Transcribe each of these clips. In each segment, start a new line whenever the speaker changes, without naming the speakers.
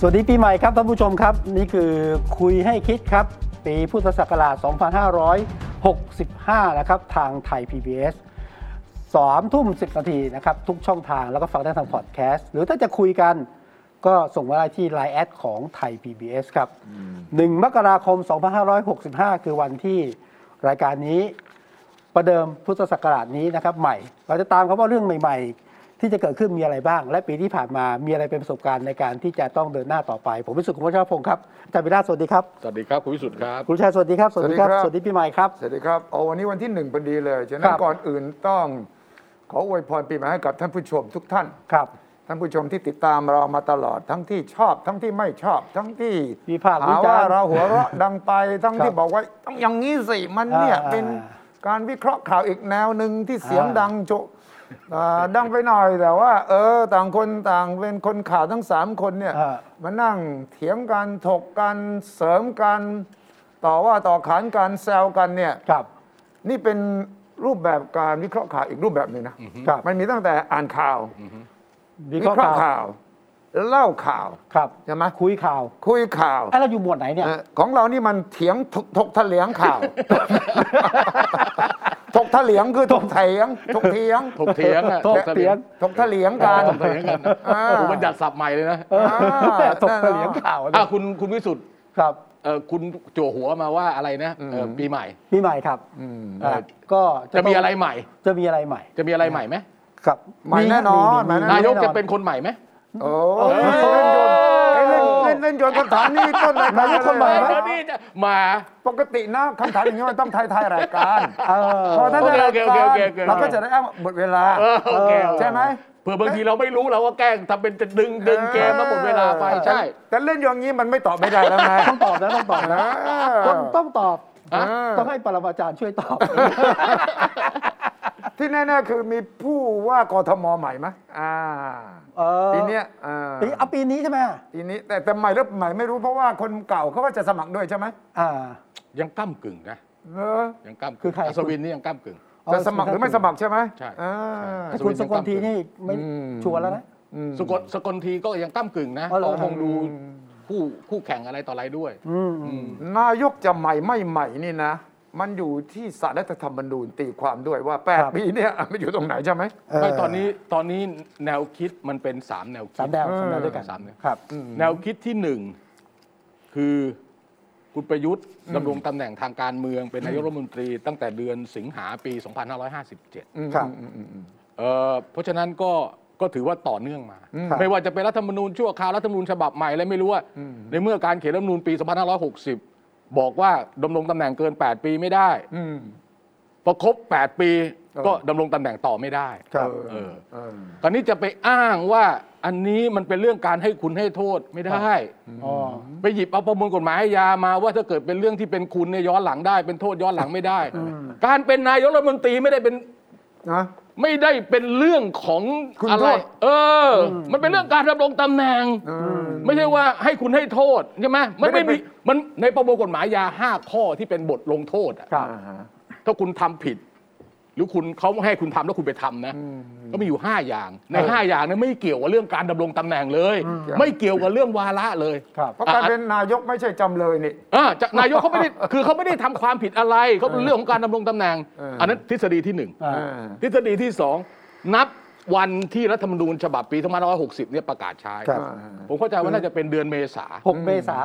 สวัสดีปีใหม่ครับท่านผู้ชมครับ นี่คือคุยให้คิดครับ ปีพุทธศักราช 2565 นะครับ ทางไทย PBS 3ทุ่ม 10 นาทีนะครับ ทุกช่องทางแล้วก็ฟังได้ทางพอดแคสต์ หรือถ้าจะคุยกันก็ส่งมาได้ที่ Line แอดของไทย PBS ครับ 1 มกราคม 2565 คือวันที่รายการนี้ ประเดิมพุทธศักราชนี้นะครับใหม่ เราจะตามครับว่าเรื่องใหม่ ๆ ที่จะเกิดขึ้นมีอะไรบ้าง และปีที่ผ่านมามีอะไรเป็นประสบการณ์ในการที่จะต้องเดินหน้าต่อไป ผมวิสุทธิ์คุณวัชรพงศ์ครับอาจารย์วิราชสวัสดีครับ
สวัสดีครับ คุณวิสุทธ์ครับ
คุณวิชาสวัสดีครับ
สวัสดีครับ
สวัสดีปีใหม่ครับ
สวัสดีครับ เอาวันนี้วันที่หนึ่งพอดีเลย
ค
ฉะนั้
รั
น
บ
ก่อนอื่นต้อง ขออวยพรปีใหม่ให้กับท่านผู้ชมทุกท่าน
ครับ
ท่านผู้ชมที่ติดตามเรามาตลอด ทั้งที่ชอบ ทั้งที่ไม่ชอบ ทั้งที่
วิพากษ์วิ
หา
จา
ว่าร
ณ์
เราหัวเราะดังไป ทั้งที่
ครับ
บอกว่าต้องอย่างนี้สิ มันเนี่ย
อ่า
เป็น
อ่า
การวิเคราะห์ข่าวอีกแนวหนึ่งที่เสียง
อ่า
ดังโจอ่าดังไปหน่อยแต่ว่า เออ ต่างคนต่างเป็นคนข่าวทั้งสามคนเนี่ย
เอ่อ
มานั่งเถียงกันถกกันเสริมกัน ต่อว่าต่อขานกันแซวกันเนี่ย
ครับ
นี่เป็นรูปแบบการวิเคราะห์ข่าวอีกรูปแบบหนึ่งนะครับ มันมีตั้งแต่อ่านข่าว
วิเคราะห์ข่าว
ข่าว เล่าข่าว
ครับ
ใช่ไหม
คุยข่าว
คุยข่าว
ไอ้เราอยู่หมวดไหนเนี่ย
เอ่อของเรานี่มันเถียงถกถกเถลียงข่าว ถกเถลียงคือถกเถียงถกเถียง
ถกเถียงอะ
โต๊ะเตียง
ถกเถลียงกัน
ถกเถียงกัน
อ่า
โอ้โหมันดัดสับใหม่เลยนะ
เออ
อ่า
ตกเตียงข่าวนะ
อ่ะคุณคุณวิสุทธ์
ครับ
เอ่อคุณจั่วหัวมาว่าอะไรนะเอ่อปีใหม่
ปีใหม่ครับ
อืม
อ่ะก็
จะ
ต้ง
มีอะไรใหม่
จะมีอะไรใหม่
จะมีอะไรใหม่ไหม
ครับ
ใหม่แน่นอนใหม่แอ
นายกจะเป็นคนใหม่ไหม
โอ้ยเล่นโยนเอ้ยเล่นเล่นเล่นโยนคำถามนี่ต้นรายการ
นายกคนใหม่
เออ
ไหม
เดี๋ยวนี้จะมา
ปกตินะคำถามอย่างนี้มันต้องทายทายรายการ
เออ
พอท่านได้รายการเราก็จะได้เอาหมดเวลา
เออโอเค
เออ
ใช่ไหม
เผื่อบางทีเราไม่รู้เราก็แกล้งทำเป็นจะดึงดึงเกมแล้วหมดเวลาไปใช่
แต่เล่นอย่างนี้มันไม่ตอบไม่ได้แล้วไง
ต้องตอบนะต้องตอบนะ ต้องต้องตอบ
อ่ะ
ต้องให้ปรมาจารย์ช่วยตอบ
ที่แน่ๆคือมีผู้ว่ากทมใหม่ไหมอ่า
เออ
ปีเนี้ยอ่า
ปีเอาปีนี้ใช่ไหม
ปีนี้แต่แต่ใหม่หรือใหม่ไม่รู้เพราะว่าคนเก่าเขาก็จะสมัครด้วยใช่ไหม
อ่า
ยังก้ากึ่งนะ
เออ
ยังก้ากึ่ง
คือใคร
อัศวินนี่ยังก้ากึ่ง
จะสมัครหรือไม่สมัครใช่ไหม
ใช่
อ่า
ถ้าคุณสกลทีนี่ไม่
อืม
ชัวร์แล้วนะ
อืม
สกลสกลทีก็ยังก้ากึ่งนะ
อ๋อเหรอ
เราคงดูคู่คู่แข่งอะไรต่ออะไรด้วย
อืม
อืม
นายกจะใหม่ไม่ใหม่นี่นะ มันอยู่ที่สารรัฐธรรมนูญตีความด้วยว่า 8 ปีเนี่ยมันอยู่ตรงไหนใช่ไหม
ไม่ตอนนี้ตอนนี้แนวคิดมันเป็นสามแนวคิด
สามแนวสามแนว
เออ
ด้วยกัน
สามแนว
ครับ
แนวคิดที่หนึ่งคือคุณประยุทธ์ดำรงตำแหน่งทางการเมืองเป็นนายกรัฐมนตรีตั้งแต่เดือนสิงหาปี 2557
อืม
ครับ
อืมอืมอืม
เอ่อเพราะฉะนั้นก็ก็ถือว่าต่อเนื่องมา
อืม
ไม่ว่าจะเป็นรัฐธรรมนูญชั่วคราวรัฐธรรมนูญฉบับใหม่อะไรไม่รู้ว่า ในเมื่อการเขียนรัฐธรรมนูญปี 2560 บอกว่าดำรงตำแหน่งเกิน 8 ปีไม่ได้
อืม
พอครบ 8 ปี
เออ
ก็ดำรงตำแหน่งต่อไม่ได้
ครับ
เออ
เออ
ตอนนี้จะไปอ้างว่าอันนี้มันเป็นเรื่องการให้คุณให้โทษไม่ได้
อ๋อ
ไปหยิบเอาประมวลกฎหมายอาญามาว่าถ้าเกิดเป็นเรื่องที่เป็นคุณเนี่ยย้อนหลังได้ เป็นโทษย้อนหลังไม่ได้ การเป็นนายกรัฐมนตรีไม่ได้เป็น
นะ
ไม่ได้เป็นเรื่องของ
คุณ
อะไร
โทษ
เอออ มันเป็นเรื่องการดำรงตำแหน่ง
เออ
ไม่ใช่ว่าให้คุณให้โทษใช่ไหมมัน
ไม่
ไม่
ได้เป็น
มีมันในประมวลกฎหมายอาญาห้าข้อที่เป็นบทลงโทษอะ
ครับ
อ่าฮะ
ถ้าคุณทำผิด หรือคุณเขาให้คุณทำแล้วคุณไปทำนะ ก็มีอยู่ 5 อย่าง ใน 5 อย่างนั้นไม่เกี่ยวกับเรื่องการดำรงตำแหน่งเลย
ครับ
ไม่เกี่ยวกับเรื่องวาระเลย
ครับ
เพราะการเป็นนายกไม่ใช่จำเลยนี่
อ่าจากนายกเขาไม่ได้ คือเขาไม่ได้ทำความผิดอะไรเขาเป็นเรื่องของการดำรงตำแหน่ง
เอออั
อันนั้นทฤษฎีที่หนึ่ง
อ่า
เออ
ทฤษฎีที่สองนับวันที่รัฐธรรมนูญฉบับปี2560เนี่ยประกาศใช้
ครับ
อ่าฮะ
ผมเข้าใจว่าน่าจะเป็นเดือนเมษา
หกเมษา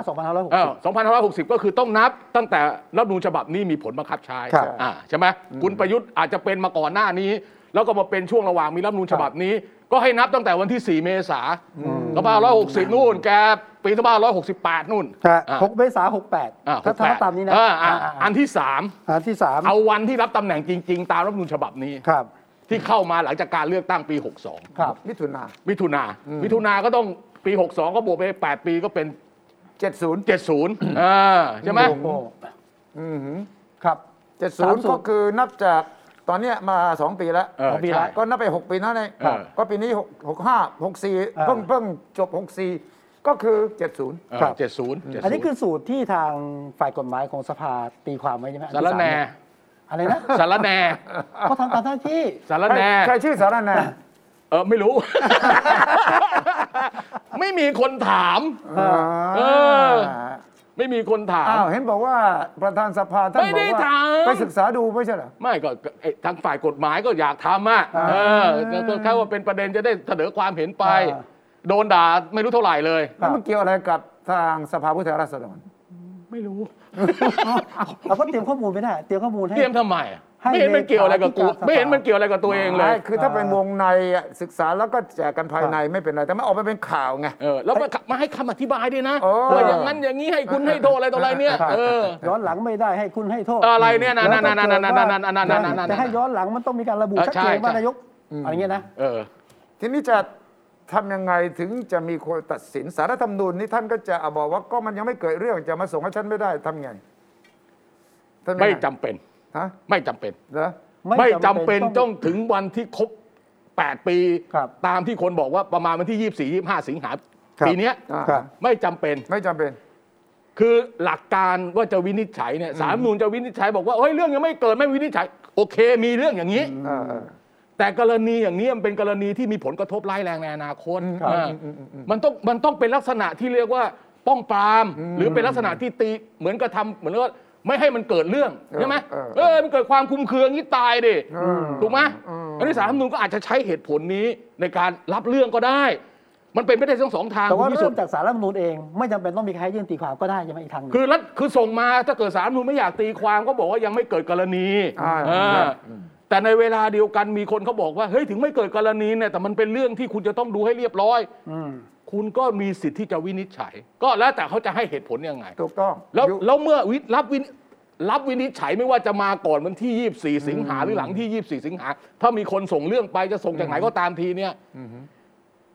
เออ2560 ก็คือต้องนับตั้งแต่รัฐธรรมนูญฉบับนี้มีผลบังคับใช้
2560ครับ
อ่าใช่ไหมคุณประยุทธ์อาจจะเป็นมาก่อนหน้านี้ แล้วก็มาเป็นช่วงระหว่างมีรัฐธรรมนูญฉบับนี้ ก็ให้นับตั้งแต่วันที่ 4 เมษาสองพันห้าร้อยหกสิบนู่น แกปีสองพันห้าร้อยหกสิบแปดนู่น
ฮะ
อ่ะ
หกเมษาหกแปด
อ่ะ
ถ้า
หกแป
ทำ
ด
ตามนี้นะ
เอออ่ะ
อ่า
อันที่สาม
อันที่สาม
เอาวันที่รับตำแหน่งจริง ๆ ตามรัฐธรรมนูญฉบับนี้
ครับ
ที่เข้ามาหลังจากการเลือกตั้งปี
ครับ
มิถุนา
62มิถุนามิถุนาก็ต้องปี 62 ก็บวกไป 8 ปีก็เป็น
เจ็ดศูนย์
70อ่าใช่ไหม
โอ้โห
อือหือ
ครับ
เจ็ดศูนย์ก็คือนับจากตอนเนี้ยมาสองปีแล้ว
เออ
ของปีละ
ใช่
ก็นับไปหกปีนั่นเอง
เออ
ก็ปีนี้หกหกห้าหกสี่เพิ่งเพิ่งจบหกสี่ก็คือเจ็ดศูนย์
เออ
ครับ
เจ็ดศูนย์เจ็ด
อัน
ศู
นี้
นย์
คือสูตรที่ทางฝ่ายกฎหมายของสภาตีความไว้ใช่ไหม
สารแหน
อะไรนะ
สารแหน
ก็ทำตามหน้าที่
สารแหน
ใครชื่อสารแหน่
เออไม่รู้ ไม่มีคนถาม เออ ไม่มีคนถาม
อ้าวเห็นบอกว่าประธานสภาท่าน
ไม่
บ
ได้
อกว่า
ถาม
ไปศึกษาดูไม่ใช่เหรอ
ไม่ก็ไอ้ทางฝ่ายกฎหมายก็อยากทำอ่ะ
อ่า
เออก็แค่ว่าเป็นประเด็นจะได้เสนอความเห็นไป
อ่า
โดนด่าไม่รู้เท่าไหร่เลย
แล้วมันเกี่ยวอะไรกับทางสภาผู้แทนราษฎร
ไม่รู้
เราก็เตรียมข้อมูลไปได้เตรียมข้อมูลให้
เตรียมทำไมอ่ะ
ให้
ไม่เห็นมันเกี่ยวอะไรกับกู
เลขาธิการสภา
ไม่เห็นมันเกี่ยวอะไรกับตัวเองเลย
คือถ้าเป็นวงในอะศึกษาแล้วก็แจกกันภายในไม่เป็นไร แต่ไม่ออกมาเป็นข่าวไง
เออแล้วมามาให้คำอธิบายด้วยนะ
เออ
ว่าอย่างนั้นอย่างนี้ให้คุณให้โทษอะไรต่ออะไรเนี่ย
ครับ
เออ
ย้อนหลังไม่ได้ให้คุณให้โทษ
อะไรเนี่ยนะ
แล้ว
นั่นๆๆๆๆๆๆๆๆๆ
ถ้าเกิดว่าจะให้ย้อนหลังมันต้องมีการระบุ
เออ
ชัด
ใช่
เจนว่า
ใช่
นายกอะไรเงี้ยนะ
เออ
ทีนี้จะทำยังไงถึงจะมีคนตัดสินสารรัฐธรรมนูญนี่ท่านก็จะบอกว่าก็มันยังไม่เกิดเรื่องจะมาส่งให้ฉันไม่ได้ทำไงทำยังง
ไม่จำเป็น
ฮะ
ไม่จำเป็น
เหรอ
ไม่จำเป็นต้องถึงวันที่ครบ 8 ปี
ครับ
ตามที่คนบอกว่าประมาณวันที่ 24 25 สิงหา
ครับ
ปีเนี้ย
อ่า
ครับ
ไม่จำเป็น
ไม่จำเป็น
คือหลักการว่าจะวินิจฉัยเนี่ยสารรัฐธรรมนูนจะวินิจฉัยบอกว่าเฮ้ยเรื่องยังไม่เกิดไม่วินิจฉัย โอเคมีเรื่องอย่างนี้
เออเออ
แต่กรณีอย่างนี้มันเป็นกรณีที่มีผลกระทบร้ายแรงในอนาคต
ครับ
อ่ามันต้องมันต้องเป็นลักษณะที่เรียกว่าป้องปราม หรือเป็นลักษณะที่ตีเหมือนกระทำเหมือนว่าไม่ให้มันเกิดเรื่อง
เออ
ใช่ไหม
เออ
เออมันเกิดความคลุมเครืออย่างนี้ตายดิ
อ
ถูกไหม
เอออั
อันนี้สารรัฐธรรมนูญก็อาจจะใช้เหตุผลนี้ในการรับเรื่องก็ได้ มันเป็นไม่ได้ทั้งสองทาง
แต่ว่า
คุณพิสุ
เริ่
ท
ม
ธิ์
จากสารรัฐธรรมนูญเองไม่จำเป็นต้องมีใครยื่นตีความก็ได้ใช่ไหมอีกทางหนึง
คือรัฐคือส่งมาถ้าเกิดสารรัฐธรรมนูญไม่อยากตีความก็บอกว่ายังไม่เกิดกรณี
อ่า
เออ แต่ในเวลาเดียวกันมีคนเขาบอกว่าเฮ้ยถึงไม่เกิดกรณีเนี่ยแต่มันเป็นเรื่องที่คุณจะต้องดูให้เรียบร้อย คุณก็มีสิทธิ์ที่จะวินิจฉัย ก็แล้วแต่เขาจะให้เหตุผลยังไง
ถูกต้อง
แล้ว
อยู่
แล้วเมื่อวิรับวินรับวินิจฉัยไม่ว่าจะมาก่อนวันที่ 24 สิงหาหรือหลังที่ 24 สิงหาถ้ามีคนส่งเรื่องไปจะส่งจากไหนก็ตามทีเนี่ย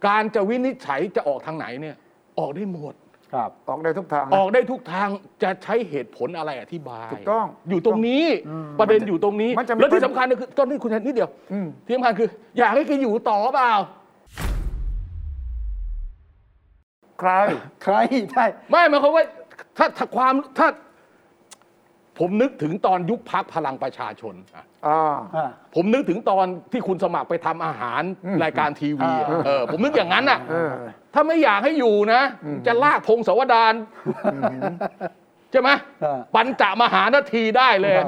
การจะวินิจฉัยจะออกทางไหนเนี่ย ออกได้หมด
ครับ
ออกได้ทุกทางนะ
ออกได้ทุกทางจะใช้เหตุผลอะไรอธิบาย
ถูกต้อง
อยู่ตรงนี้ประเด็นอยู่ตรงนี้
มันจะมี
แล้วที่สำคัญก็คือก็นี่คุณนิดเดียว
อืม
ที่สำคัญคือ อยากให้แกอยู่ต่อเปล่า
ใคร
ใครใช่
ไม่หมายความว่าถ้าถ้าความถ้า ผมนึกถึงตอนยุคพักพลังประชาชนอะ
อ่า
อ่า
ผมนึกถึงตอนที่คุณสมัครไปทำอาหารรายการทีวีอะ
อ่า
เออผมนึกอย่างนั้นน่ะ
เออ
ถ้าไม่อยากให้อยู่นะ จะลากพงศาวดารใช่ไหม
เออ
ปัญจมหานาทีได้เลย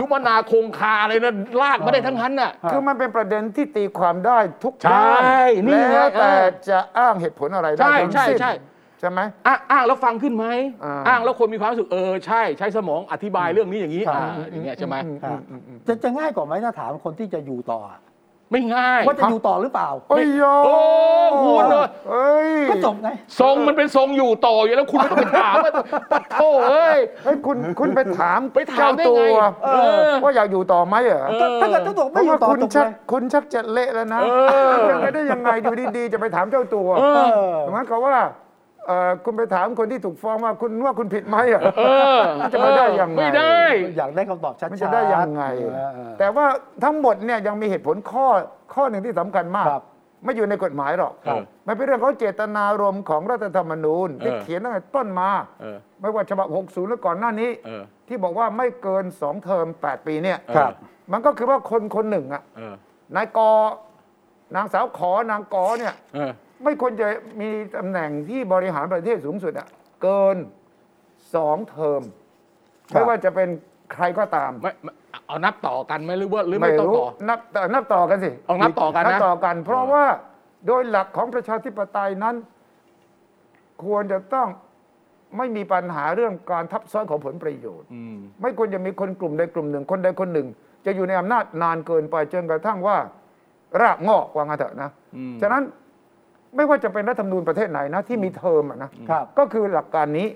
ยุมนาคงคาอะไรนะลากมาได้ทั้งนั้นน่ะ
อ่า
คือมันเป็นประเด็นที่ตีความได้ทุก
ใช่
ด้าน
นี่ไง
แล้วแต่
เออ
จะอ้างเหตุผลอะไรได้
ใช่
ทั้ง
ใช่
สิ้น
ใช่
ใช่ไหม
อ่ะอ้างแล้วฟังขึ้นไหม
อ่า
อ้างแล้วคนมีความรู้สึกเออใช่ใช้สมองอธิบายเรื่องนี้อย่างนี้อ่าอย่างเงี้ยใช่ไหม
ครับจะจะง่ายกว่าไหมถ้าถามคนที่จะอยู่ต่อ
ไม่ง่าย
ว่าจะอยู่ต่อหรือเปล่า
โอ้ยโย
โอ้คุณเอ้ย
เอ้ย
ก็จบไง
ทรงมันเป็นทรงอยู่ต่ออยู่แล้วคุณไม่ต้องไปถามว่าปั ดโทเอ้ย
เฮ้ยคุณคุณไปถาม
ไปถามได้
เจ้ตัว
ไงเออ
ว่าอยากอยู่ต่อไหมเหรอ
เออ
ถ้าถ้าเกิดเจ้าตัว
เพ
ไม่
ราะ
อยู่
ว่า
ต่อ
คุณ
ตกเล
ชัก
ย
คุณชักจะเละแล้วนะ
เออ
เป็นไปได้ยังไงอยู่ดีๆ จะไปถามเจ้าตัว
เออ
หมายความว่าเอ่อคุณไปถามคนที่ถูกฟ้องว่าคุณว่าคุณผิดไหมเหรอ
เออ
จะไปได้ยังไง
ไม่ได้
อยากได้คำตอบชัดๆ
มันจะได้ยังไง
เออเออ
แต่ว่าทั้งหมดเนี่ยยังมีเหตุผลข้อข้อหนึ่งที่สำคัญมาก
ครับ
ไม่อยู่ในกฎหมายหรอก
ครับ
มันเป็นเรื่องของเจตนารมณ์ของรัฐธรรมนูญที่เขียนตั้งแต่ต้นมา
เออ
ไม่ว่าฉบับ 60 แล้วก่อนหน้านี้
เออ
ที่บอกว่าไม่เกิน 2 เทอม 8 ปีเนี่ย
ครับ
มันก็คือว่าคนคนหนึ่งอะ
เออน
ายกนางสาวขอนางกอเนี่ย
เออ
ไม่ควรจะมีตำแหน่งที่บริหารประเทศสูงสุดอะเกินสองเทอม
ครับ
ไม่ว่าจะเป็นใครก็ตาม
ไม่ไม่เอานับต่อกันไหมหรือว่าหรือไม่
ไม่
ต้อง
รู้
ต่อ
นับแต่นับต่อกันสิ
เอานับต่อกันนะ
นับต่อกัน เพราะ
เออ
ว่าโดยหลักของประชาธิปไตยนั้น ควรจะต้องไม่มีปัญหาเรื่องการทับซ้อนของผลประโยชน์
อืม
ไม่ควรจะมีคนกลุ่มใดกลุ่มหนึ่ง คนใดคนหนึ่ง จะอยู่ในอำนาจนานเกินไปจนกระทั่งว่า รากงอกว่างันเถอะนะ
อืม
ฉะนั้นไม่ว่าจะเป็นรัฐธรรมนูญประเทศไหนนะที่มีเทอมอะนะครับ ก็คือหลักการนี้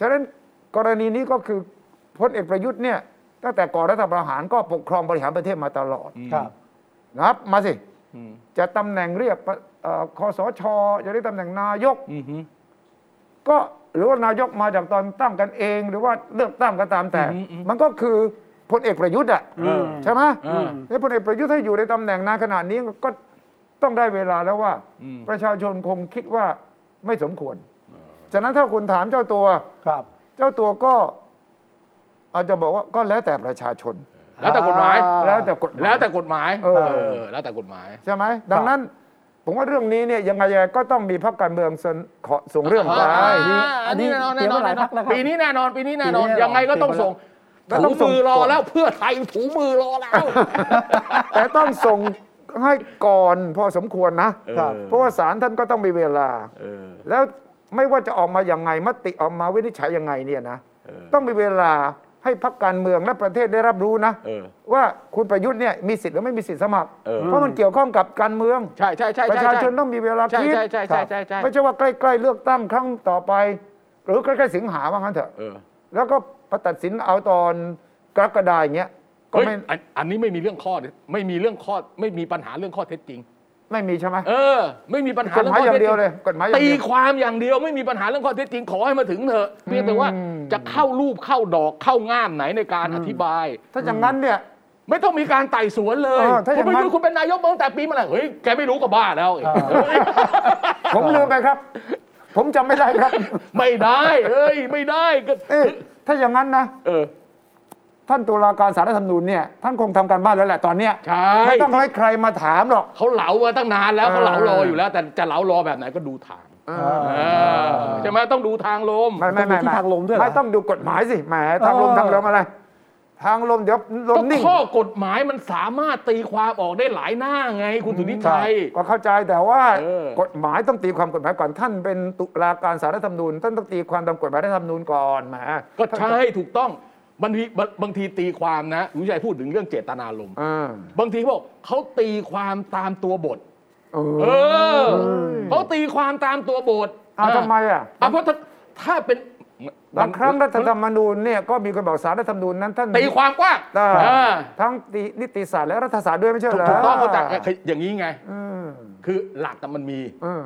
ฉะนั้นกรณีนี้ก็คือพลเอกประยุทธ์เนี่ยตั้งแต่ก่อนรัฐประหารก็ปกครองบริหารประเทศมาตลอด
ครับ
นะครับมาสิ
อืม
จะตำแหน่งเรียกปะเอ่อคอสช จะได้ตำแหน่งนายก
อืม
ก็ หรือว่านายกมาจากตอนตั้งกันเอง หรือว่าเลือกตั้งก็ตามแต่
อืมอืม
มันก็คือพลเอกประยุทธ์อ่ะ
อืม
ใช่ไหม
เออ
แล้วพลเอกประยุทธ์ถ้าอยู่ในตำแหน่งนานขนาดนี้ก็ต้องได้เวลาแล้วว่า
อืม
ประชาชนคงคิดว่าไม่สมควรฉะนั้นถ้าคุณถามเจ้าตัว
ครับ
เจ้าตัวก็อาจจะบอกว่าก็แล้วแต่ประชาชน
แล้วแต่กฎหมาย
อ่
แล้วแต่กฎหมาย
แล้วแต่กฎหมาย
เออ
เออ แล้วแต่กฎหมาย
ใช่ไหมดังนั้น ผมว่าเรื่องนี้เนี่ยยังไงยังไงก็ต้องมีพรรคการเมืองเสนขอส่งเรื่องไป
อ่า
นี่อั
อั
น
น
นี้
นี้แน่นอน
เตรี
แน่
ยมไว้หลาย
นอน
พรรคแล้วครับ
แน่นอนปีนี้แน่นอนปีนี้แน่นอน
ปีนี้แน่นอน
ยังไงก็ต้องส่ง
แล้ว
ถู
ต้องส่ง
มือรอ
ก่อน
แล้วเพื่อไทยถูมือรอแล้ว
แต่ต้องส่งให้ก่อนพอสมควรนะ
ครับ
เออ
เพราะว่าศาลท่านก็ต้องมีเวลา
เออ
แล้วไม่ว่าจะออกมาอย่างไงมติออกมาวินิจฉัยยังไงเนี่ยนะ
เออ
ต้องมีเวลาให้พรรคการเมืองและประเทศได้รับรู้นะ
เออ
ว่าคุณประยุทธ์เนี่ยมีสิทธิ์หรือไม่มีสิทธิ์สมัคร
เออ
เพราะมันเกี่ยวข้องกับการเมือง
ใช่ใช่ใช่
ประ
ใช่
ชา
ใช่
ชนต้องมีเวลา
ใช่
คิด
ใช่ใช่ใช่ใช่ใช่
ไม่ใช่ว่าใกล้ๆเลือกตั้งครั้งต่อไป หรือใกล้ๆสิงหาว่างั้นเถอะ
เออ
แล้วก็ประตัดสินเอาตอนกรกฎาอย่างเงี้ยก็
เฮ้ย
ไม่
อันอันนี้ไม่มีเรื่องข้อไม่มีเรื่องข้อไม่มีปัญหาเรื่องข้อเท็จจริง
ไม่มีใช่ไหม
เออ ไม่มีปัญหาก
ฎ
เรื่อ
ห
งข้
มาย
อ
อย่าง
เท็จจ
เดี
ริ
ย
ง
วเลยกฎหมายอย่าง
ตี
เดียว
ความอย่างเดียวไม่มีปัญหาเรื่องข้อเท็จจริงขอให้มาถึงเถอะเพียงแต่ว่าจะเข้ารูปเข้าดอกเข้าง่ามไหนในการอธิบาย
ถ้าอย่างนั้นเนี่ย
ไม่ต้องมีการไต่สวนเลย
เออถ้าอ
คุณ
ย่างนั้
ไม่
น
รู้คุณเป็นนายกมาตั้งแต่ปีเมื่อไหร่เฮ้ยแกไม่รู้ก็บ้าแล้ว
ผมลืมไปครับ ผมจำไม่ได้ครับ
ไม่ได้เอ้ยไม่ได้ก็
เอ๊ะถ้าอย่างนั้นนะ
เออ
ท่านตุลาการสารรัฐธรรมนูญเนี่ยท่านคงทำการบ้านแล้วแหละตอนเนี้ย
ใช่
ไม่ต้องให้ใครมาถามหรอก
เขาเหลามาตั้งนานแล้ว
เออ
เขาเหลารออยู่แล้ว แต่จะเหลารอแบบไหนก็ดูทาง
เออ
เออใช่ไหมต้องดูทางลม
ไม่ไม่ไม่
ต้องดูที่ทางลมด้วยเหรอ
ไม่ต้องดูกฎหมายสิแหมทางลม
เออ
ทางลมอะไร ทางลมเดี๋ยวล
ก็
มนิ่ง
ข้อกฎหมายมันสามารถตีความออกได้หลายหน้าไง คุณสุทธิชัย
ก็เข้าใจแต่ว่า
เออ
กฎหมายต้องตีความกฎหมายก่อนท่านเป็นตุลาการสารรัฐธรรมนูญท่านต้องตีความตามกฎหมายรัฐธรรมนูญก่อนแหม
ก็ใช่ถูกต้องบางทีบางบางทีตีความนะคุณสุทธิชัยพูดถึงเรื่องเจตนารมณ์
เออบ
างทีเขาบอกเขาตีความตามตัวบท
เอ
เอ
อ
อเขาตีความตามตัวบท
เอาทำไมอ่ะ
อ่ะเพราะถ้าถ้าเป็น
บางครั้งรัฐธรรมนูญเนี่ยก็มีคนบอกสารรัฐธรรมนูญนั้นท่าน
ตีความกว้าง
อ่า
เออ
ทั้งนินิติศาสตร์และรัฐศาสตร์ด้วยไม่ใช่เหรอ
ถูกต้องเข้าใจคืออย่างนี้ไง
อืม
คือหลักแต่มันมี
อืม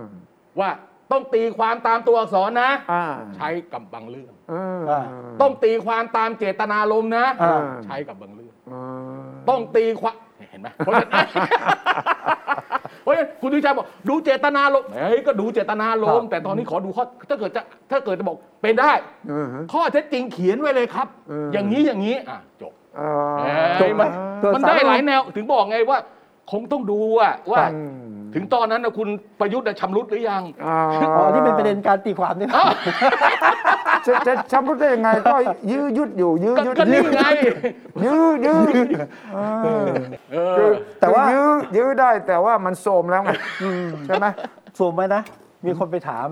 ว่าต้องตีความตามตัวอักษรนะ
อ่า
ใช้กับบางเรื่อง
อืม
อ่า
ต้องตีความตามเจตนารมณ์นะ
อ่า
ใช้กับบางเรื่อง
อืม
ต้องตีความเห็นไหมเพราะฉะนั้น เพราะฉะนั้นคุณดุชัยบอกดูเจตนารมณ์เฮ้ยก็ดูเจตนารมณ์แต่ตอนนี้ขอดูข้อถ้าเกิดจะถ้าเกิดจะบอกเป็นได้
อืม
ข้อเท็จจริงเขียนไว้เลยครับ
อืม
อย่างนี้อย่างนี้อ่ะจบ
เอ่อ
จบไหม
เกิด
มัน
สาร
ได้หลายแนวถึงบอกไงว่า คงต้องดูอะว่า
อืม
ถึงตอนนั้นนะคุณประยุทธ์น่ะชำรุดหรือยัง
อ่า
อ๋อนี่เป็นประเด็นการตีความด้วยนะ
จะจะชำรุดได้ยังไงก็ยื้อยุดอยู่ยื้อ
ก็
ยุด
ก็นี่ ไง
ยื้อยื้อเออ
เอ
คือ
อ
แต่ว่า
คือยื้อยื้อได้แต่ว่ามันโทรมแล้วไงใช่ไหม
สวมไว้นะ มีคนไปถาม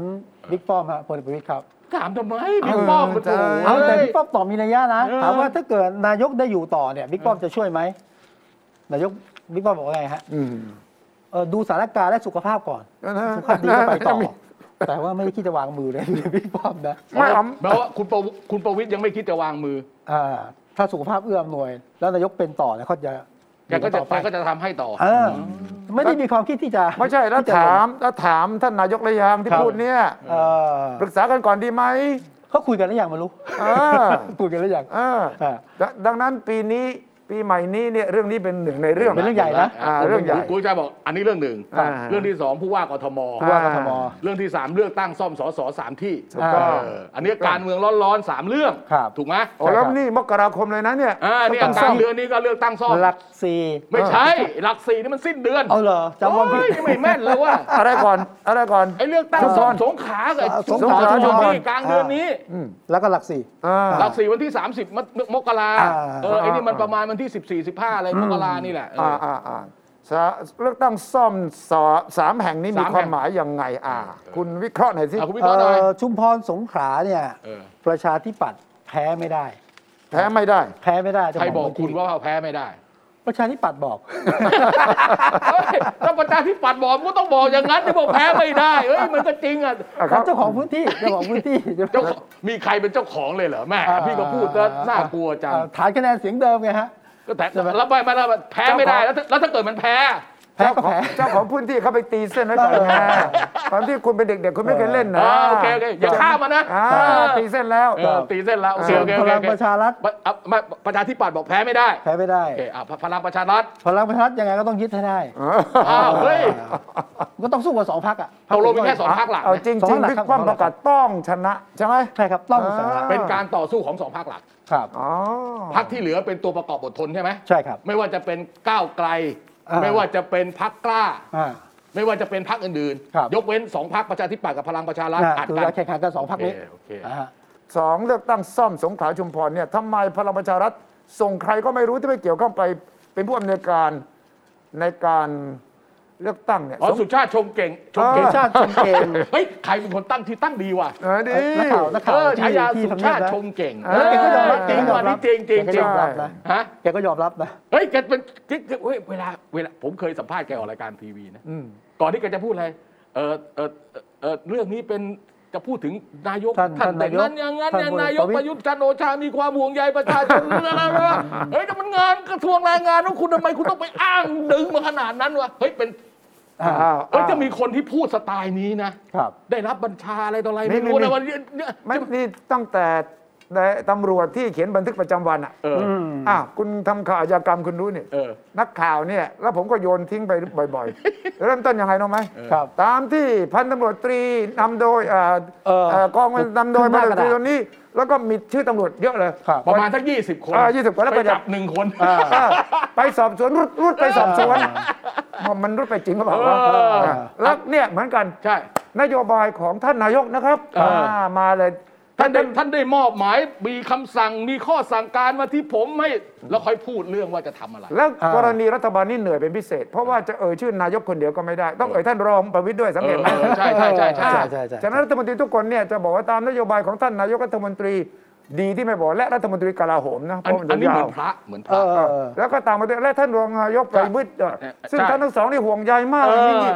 บิ๊กป้อมฮะพลเอกประวิตยครับ
ถามทำไมบิ๊กป้อมมันโถ
เอ้
เอา
ย
แต่
เอ้ย
บิ๊กป้อมตอบมีนัยยะนะ
เออ
ถามว่าถ้าเกิดนายกได้อยู่ต่อเนี่ยบิ๊กป้อมจะช่วยไหมนายกบิ๊กป้อมบอกว่าไงฮะ
อืม
เออดูสถานการณ์และสุขภาพก่อน
เออนะ
สุขภาพดีก็ไปต่ อแต่ว่าไม่ได้คิดจะวางมือเลย บิ๊กป้อมนะ
ไม่เอา
แปลว่าคุณประคุณประวิทย์ยังไม่คิดจะวางมือ
อ่าถ้าสุขภาพเอื้ออำนวย แล้วนายกเป็นต่อเนี่ยเขาจะ
แกก็จะ
อยู่นต่อ
แก
ไป
ก็จะทำให้ต่อ
เออไม่ได้มีความคิดที่จะ
ไม่ใช่แล้ว
ที่จะ
ถามแล้วถามท่านนายกระยังที่พูดเนี่ย
เออ
ปรึกษากันก่อนดีไหม
เขาคุยกันหรือยังไมารู้
เออ
คุยกันหรือยัง
เออ
อ่า
ดดังนั้นปีนี้ปีใหม่นี้เนี่ยเรื่องนี้เป็นหนึ่งในเรื่อง
เป็นเรื่องใหญ่นะ
อ่าเรื่องใหญ่
คุณจะบอกอันนี้เรื่องหนึ่ง
อ่า
เรื่องที่สองผู้ว่ากทม
ผู้ว่ากทม
เรื่องที่สามเลือกตั้งซ่อมสสสามที่
ถูกต้อง
เอออันนี้การเมืองร้อนๆสามเรื่อง
ครับ
ถูกไหม
โอ้แล้วนี่มกราคมเลยนะเนี่ย
อ่าเนี่ย
ต้
ก
ซ่
ลา
อง ม
เดือนนี้ก็เลือกตั้งซ่อม
หลักสี่
ไม่ใช่หลักสี่นี่มันสิ้นเดือน
เอาเหรอจำวันผิ
โอ้
ด
ยไม่แม่นเลยว่า
อะไรก่อนอะไรก่อน
ไอ้เลือกตั้ง
ครับ
สองสงขลากับไอ้
สงขลา
ช
ชุ
ล
มพร
บุรีกลางเดือนนี้
แล้วก็หลักสี่
อ่า
หลักสี่วันที่ 30มกมกรา
อ่า
เออไอ้นี่มัน
อ่า
ประมาณวันที่ 14 15 อะไรมกรานี่แหละเอ
อ่า
อ
อ่าอ่าสาเลือกตั้งซ่อมสอสามแห่งนี้มี
สาม
ค
แห่ง
วามหมายยังไงอ่า คุณวิเคราะห์หน่อยสิ
เอาคุณวิเคราะห์หน่อย
เอ่อชุมพรสงขลาเนี่ย
เออ
ประชาธิปัตย์แพ้ไม่ได้
แพ้ไม่ได้
แพ้ไม่ได้จะ
ใครบอก
พื้นที่
คุณว่าแพ้ไม่ได้
ประชาธิปัตย์บอก
เฮ้ยถ้าประชาธิปัตย์บอกก็ต้องบอกอย่างนั้นที่บอกแพ้ไม่ได้เฮ้ยมันก็จริงอ่ะ
อ่ะครับ
เจ้าของพื้นที่เจ้าของพื้นที่
เจ้าของมีใครเป็นเจ้าของเลยเหรอแม่พี่ก็พูดแล้วน่ากลัวจัง
เอ่อฐานคะแนนเสียงเดิมไงฮะ
ก็แต่
ใช่ไหม
แล้วไปมาแล้วแพ้ไม่ได้แล้วถ้าแล้วถ้าเกิดมันแพ้
แพ้ก็
เจ้าของ
แพ้
เจ้าของพื้นที่เขาไปตีเส้นไว้ก่อนไงตอนที่คุณเป็นเด็กๆคุณไม่เคยเล่นนะ
เออโอเคโอเคอย่าข้ามมานะ
อ่า
เออ
ตีเส้นแล้ว
เออตีเส้นแล้วโอเค
ส่ว
โอน เค
พ
โอเค
ลั
โอง เค
ประชารัฐ
ปะอ่ะไม่ประชาธิปัตย์บอกแพ้ไม่ได้
แพ้ไม่ได้
โอเคอ่ะพพลังประชารัฐ
พลังประชารัฐยังไงก็ต้องยึดให้ได้
อ้าวเฮ้ย
ก็ต้องสู้กับสองพักอ่ะพรร
ต
ค
กลงมีแค่
ย่ย
สองพักหลัก
เอา
นะ
จริง
สอง
จริง
หลัก
พิก
ครับ
ป้อม
สองห
ป
ลั
ระ
ก
กาศต้องชนะใช่ไหม
ใช่ครับต้องสองพัก
อ่
เป็นการต่อสู้ของสองพักหลัก
ครับ
อ๋อ
พักที่เหลือเป็นตัวประกอบบททนใช่ไหม
ใช่ครับ
ไม่ว่าจะเป็นก้าวไกล
อ่า
ไม่ว่าจะเป็นพักกล้า
อ่า
ไม่ว่าจะเป็นพักอื่น
ครับ
ๆ ยกเว้นสองพักประชาธิปัตย์กับพลังประชารัฐ
อ่า
อัด
ถือ
กัน
ว่าแข่งขันกันสองพักนี้
โอเคโอเค
อ่าฮะ
สองเลือกตั้งซ่อมสงขลาชุมพรเนี่ยทำไมพลังประชารัฐส่งใครก็ไม่รู้ที่ไปเกี่ยวข้องไปเป็นผู้อำนวยการในการเลือกตั้งเนี่ย
อ๋อ
สง
สุชาติชมเก่งชมเก่ง
เออชาติชมเก่ง
เฮ้ยใครเป็นคนตั้งที่ตั้งดีว่ะ
เออดี
นักข่าวนักข่า
เอ
ว
อ
ที่
ฉายา
ที่
สุ
ทำเนียบ
ชาติ
นะ
ชมเก่ง
เออ
แกก็ยอมรับ
จริง
แกก็ยอ
ว่ะ
ม
นี่
รับ
จริงจริงจ
แกก็
ริง
ยอมรับนะ
ฮะ
แกก็ยอมรับนะ
เฮ้ยแกเป็นแกแกเฮ้ยเวลาเวลาผมเคยสัมภาษณ์แกออกรายการทีวีนะ
อืม
ก่อนที่แกจะพูดอะไรเออเออเอ่อเออเรื่องนี้เป็นจะพูดถึงนายก
ท่านท่าน
แต่ง
นายก
นั้นอย่างนั้นอย่าง
ท่าน
นายก
พลเอกประวิตร
ประยุทธ์จันทร์โอชามีความห่วงใยประชาชนเฮ้ยแต่มันงานกระทรวงแรงงานแล้วคุณทำไมคุณต้องไปอ้างดึงมาขนาดนั้นวะเฮ้ยเป็น
อ่า
อ้าว
เอ้ยจะมีคนที่พูดสไตล์นี้นะ
ครับ
ได้รับบัญชาอะไรต่ออะไร
นี่
ไม่รู้
นี่
นะวันนี้เนี่ย
ไม่นี่ตั้งแต่ในตำรวจที่เขียนบันทึกประจำวันอ่ะ
เออ
อืม
อ้าวคุณทำข่าวอาชญากรรมคุณรู้นี่
เออ
นักข่าวเนี่ยแล้วผมก็โยนทิ้งไปบ่อยๆ เริ่มต้นยังไงรู้ไหม
ครับ
ตามที่พันตำรวจตรีนำโดยเอ่อ
เอ่อ
เอ่อกองนำโดย
ขึ้นห
พัน
น้ากระ
ตำรวจ
ดาษ
ตรีคนนี้ แล้วก็มีชื่อตำรวจเยอะเลย
ครับ
ประมาณสักยี่สิบคน
อ่า20คนแล้วก็
ไป
จะ
จับหนึ่งคน
อ่า
เออไปสอบสวนรุดรุดไปสอบสวนว่ามันรุดไปจริงหรือเปล่าวะ
เออ
เออแล้วเนี่ยเหมือนกัน
ใช่
นโยบายของท่านนายกนะครับ
เอออ่
ามาเลย
ท่านได้ท่านได้มอบหมายมีคำสั่งมีข้อสั่งการมาที่ผมให้แล้วค่อยพูดเรื่องว่าจะทำอะไร
แล้ว
อ่าก ก
รณีรัฐบาลนี่เหนื่อยเป็นพิเศษ เพราะว่าจะเอ่ยชื่อนายกคนเดียวก็ไม่ได้ ต้องเอ่ยท่านรองประวิตรด้วยสังเกตไหม
เออเออใช่ใช่ใช่ใช่
อ่า
ใช่ใช่
ฉะนั้นรัฐมนตรีทุกคนเนี่ยจะบอกว่าตามนโยบายของท่านนายกรัฐมนตรีดีที่ไม่บอกและรัฐมนตรีกลาโหมนะเพ
อัน
ราะมัน
อันนี้
ยา
เหมื
ว
อนพระเหมือนพ
เอ
ระ
อเออเออ
แล้วก็ตามมาด้วยและท่านรองนายกประวิตรอ่ะ
ใช่
ซึ่งท่านทั้งสองนี่ห่วงใยมาก
เออ
นี่นี่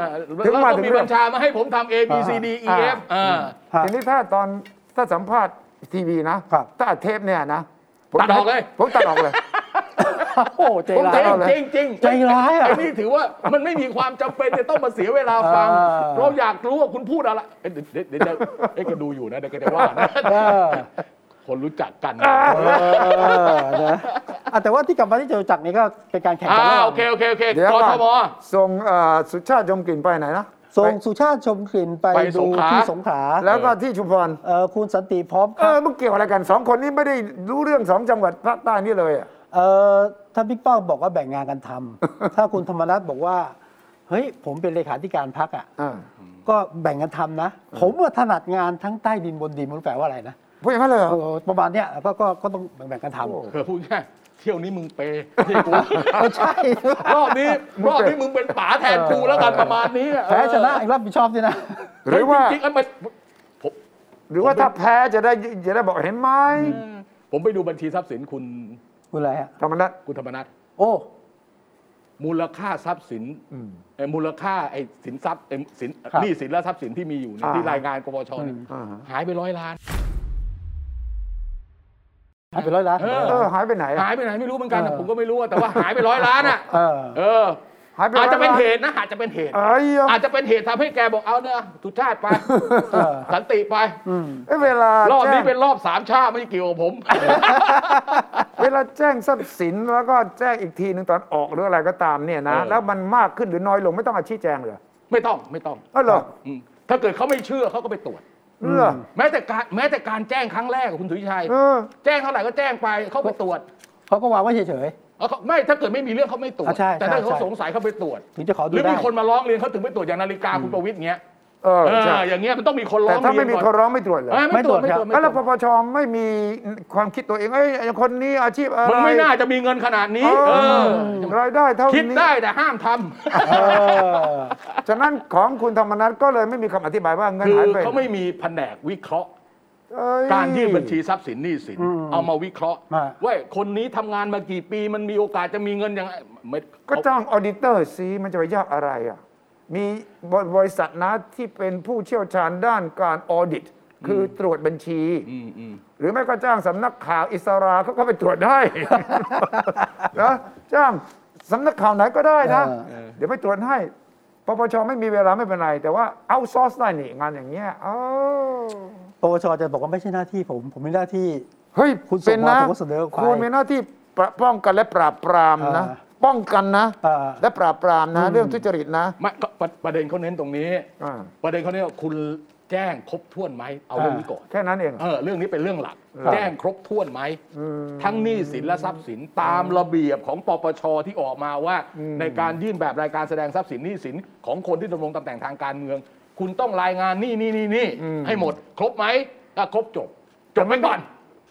ถึง
แล้ว
มา
ก็
ถึง
มี
เรื่
บั
อง
ญชามาให้ผมทำ A B C D E
อ่า
F เออ
ฮะ
ทีนี้ถ้าตอนถ้าสัมภาษณ์ทีวีนะ
ครับ
ถ้าอัดเทปเนี่ยนะผม
ตัดออกเลย
ผมตัดออกเลย
โอ้ใจ
ผม
ร้าย
จริงจริงจริง
ใจร้ายอ่ะ
ไอ้นี่ถือว่ามันไม่มีความจำเป็นจะต้องมาเสียเวลาฟัง
อ่า
เราอยากรู้ว่าคุณพูดอะไรเอ้ยเดี๋ยวเดี๋ยวเดี๋ยวเอ้ยแก็ดูอยู่นะเดี๋ยวแก็จะว่านะ
เออ
คนรู้จักกัน
เออเออนะอ่ะแต่ว่าที่กลับมาที่เจอจักรนี่ก็เป็นการแข่ง
อ่า
ขันระหว่าง
โอเค โอเค โอเค
เดี๋ยว
ก
ก่
ทม
อนส่งเอ่อสุชาติจมกลิ่นไปไหนนะ
ส่ง
ไป
สุชาติชมกลิ่นไป
ไปส
ดู
งขลา
ที่สงขลา
แล้วก็ที่ชุมพร
เอ่อคุณสันติพร้อมค
เอ
รั
อบ มันเกี่ยวอะไรกันสองคนนี้ไม่ได้รู้เรื่องสองจังหวัดภาคใต้นี่เลยอะ
เอ่อท่านบิ๊กป้อมบอกว่าแบ่งงานกันทำ ถ้าคุณธรรมนัฐบอกว่า เฮ้ย ผมเป็นเลขาธิการพักอ่ะ
อ่า
ก็แบ่งกันทำนะ ผมว่าถนัดงานทั้งใต้ดินบนดินไมันแปลว่าอะไรนะ
พูดอย่างนั้นเลยเหรอ
เออประมาณเนี้ยก็ก็ก็ต้องแบ่งๆกันท
เออพูดง่ายเที่ยวนี้มึงเปย์ที่กู
ำก็ ใช่
รอบนี้รอบนี้มึงเป็นป๋าแทนกูแล้วกันประมาณนี้อะ
แพ้ชนะไอ้รับผิดชอบด้วยนะ
หรือว่า
จริงๆเอ้ยมันผม
หรือว่าถ้าแพ้จะได้จะได้บอกเห็นไหม
ผมไปดูบัญชีทรัพย์สินคุณ
คุณอะไรฮะ
ธรรมนัฐ
คุณธรรมนัฐ
โอ้
มูลค่าทรัพย์สินเอ่อมูลค่าไอ้สินทรัพย์เอ่อสิน
ครับ
หนี้สินและทรัพย์สินที่มีอยู่เนี่ยที่รายงานปปชเนี่ย
อืม
อ่าฮะ
หายไปร้อยล้าน
หายไปร้อยล้าน
เอ
เออหายไปไหนอะ
หายไปไหนไม่รู้เหมือนกันนะผมก็ไม่รู้อะแต่ว่าหายไปร้อยล้านอ่ะ
เออ
เออ
หายไป
อาจจะเป็น
ร้ยล้
เหตุนะอาจจะเป็นเหตุ
เอ้ย
อาจจะเป็นเหตุทำให้แกบอกเอาเนอะสุชาติไป
เออ
สันติไป
อืม
เอ้ยเวลาร
อบนี้
แจ้ง
เป็นรอบสามชาติไม่เกี่ยวกับผม
เวลาแจ้งทรัพย์สินแล้วก็แจ้งอีกทีหนึ่งตอนออกหรืออะไรก็ตามเนี่ย นะ
เออ
แล้วมันมากขึ้นหรือน้อยลงไม่ต้องอาชี้แจงเลย
ไม่ต้องไม่ต้อง
เออเหรอ
อืมถ้าเกิดเขาไม่เชื่อเขาก็ไปตรวจ
เหรอ
แม้แต่การแม้แต่การแจ้งครั้งแรกของคุณสุวิชัย
เออ
แจ้งเท่าไหร่ก็แจ้งไปเขาไปตรวจ
เขาก็วางไว้เฉย
เอาเขาไม่ถ้าเกิดไม่มีเรื่องเขาไม่ตรวจ
อ่ะใช่
แต่ถ้าเขา
ใช่
สงสัยเขาไปตรวจ
ๆ ถึงจะขอ
ห
ดู
รือ
ได้
มีคนมาร้องเรียนเขาถึงไปตรวจอย่างนาฬิกาคุณประวิตรเงี้ย
เออ
เออ
ใช่
อย่างเงี้ยมันต้องมีคนร้
แต่
องเรียน
ถ้าไม่มีค
ก่อน น
ร้องไม่ตรวจเลย
เอ้ยไม่ตรวจ
ไม่
ไม่
ตร
ต
ว
รว
จ
จ
แล้วแล้วป
ไม่ตรวจ
ปชไม่มีความคิดตัวเองเอ้ยไอ้คนนี้อาชีพอะไร
มันไม่น่าจะมีเงินขนาดนี้
เอ
เอ
อ
อ
รายได้เท่า
คิด
นี้
ได้แต่ห้ามทำ
เออ
ฉะนั้นของคุณธรรมนัฐก็เลยไม่มีคำอธิบายว่าเงิน
คือ
หายไป
เขาไม่มีแผนกวิเคราะห์
เอ้ย
การยื่นบัญชีทรัพย์สินหนี้สิน
อืม
เอามาวิเคราะห์
มา
ว่าคนนี้ทำงานมากี่ปีมันมีโอกาสจะมีเงินอย่างไรไม่
ก็
เขา
จ้างออดิเตอร์สิมันจะไปยากอะไรอ่ะ มีบริษัทนะที่เป็นผู้เชี่ยวชาญด้านการออดิต คือตรวจบัญชี
อืมอืม
หรือไม่ ก็จ้างสำนักข่าวอิสราเขาก็ไปตรวจได้ นะจ้าง สำนักข่าวไหนก็ได้นะ
เออ
เออ
เดี๋ยวไปตรวจให้ปปชไม่มีเวลาไม่เป็นไร แต่ว่าเอาซอสได้นี่งานอย่างเงี้ยเอา
ปปชจะบอกว่าไม่ใช่หน้าที่ผม ผมมีหน้าที่
เฮ้ย
คุณส่ง
เป็น
มา
นะ
ผมก็เสนอไป
คุณมีหน้าที่ปราบป้องกันและปราบปรามนะ
เออ
ป้องกันนะ
เออ
และปราบปรามนะ เรื่องทุจริตนะ
ไม่ก็ประประเด็นเขาเน้นตรงนี้
อ่า
ประเด็นเขาเน้นว่าคุณแจ้งครบถ้วนไหมเอาเรื่องนี้ก่อน
แค่นั้นเอง
เออเรื่องนี้เป็นเรื่องหลัก
ครับ
แจ้งครบถ้วนไหม
อืม
ทั้งหนี้สินและทรัพย์สินตามระเบียบของปปชที่ออกมาว่า
อืม
ในการยื่นแบบรายการแสดงทรัพย์สินหนี้สินของคนที่ดำรงตำแหน่งทางการเมือง คุณต้องรายงานหนี่นี่นี่นี่ให้หมด ครบไหมถ้าครบจบ จบไปก่อน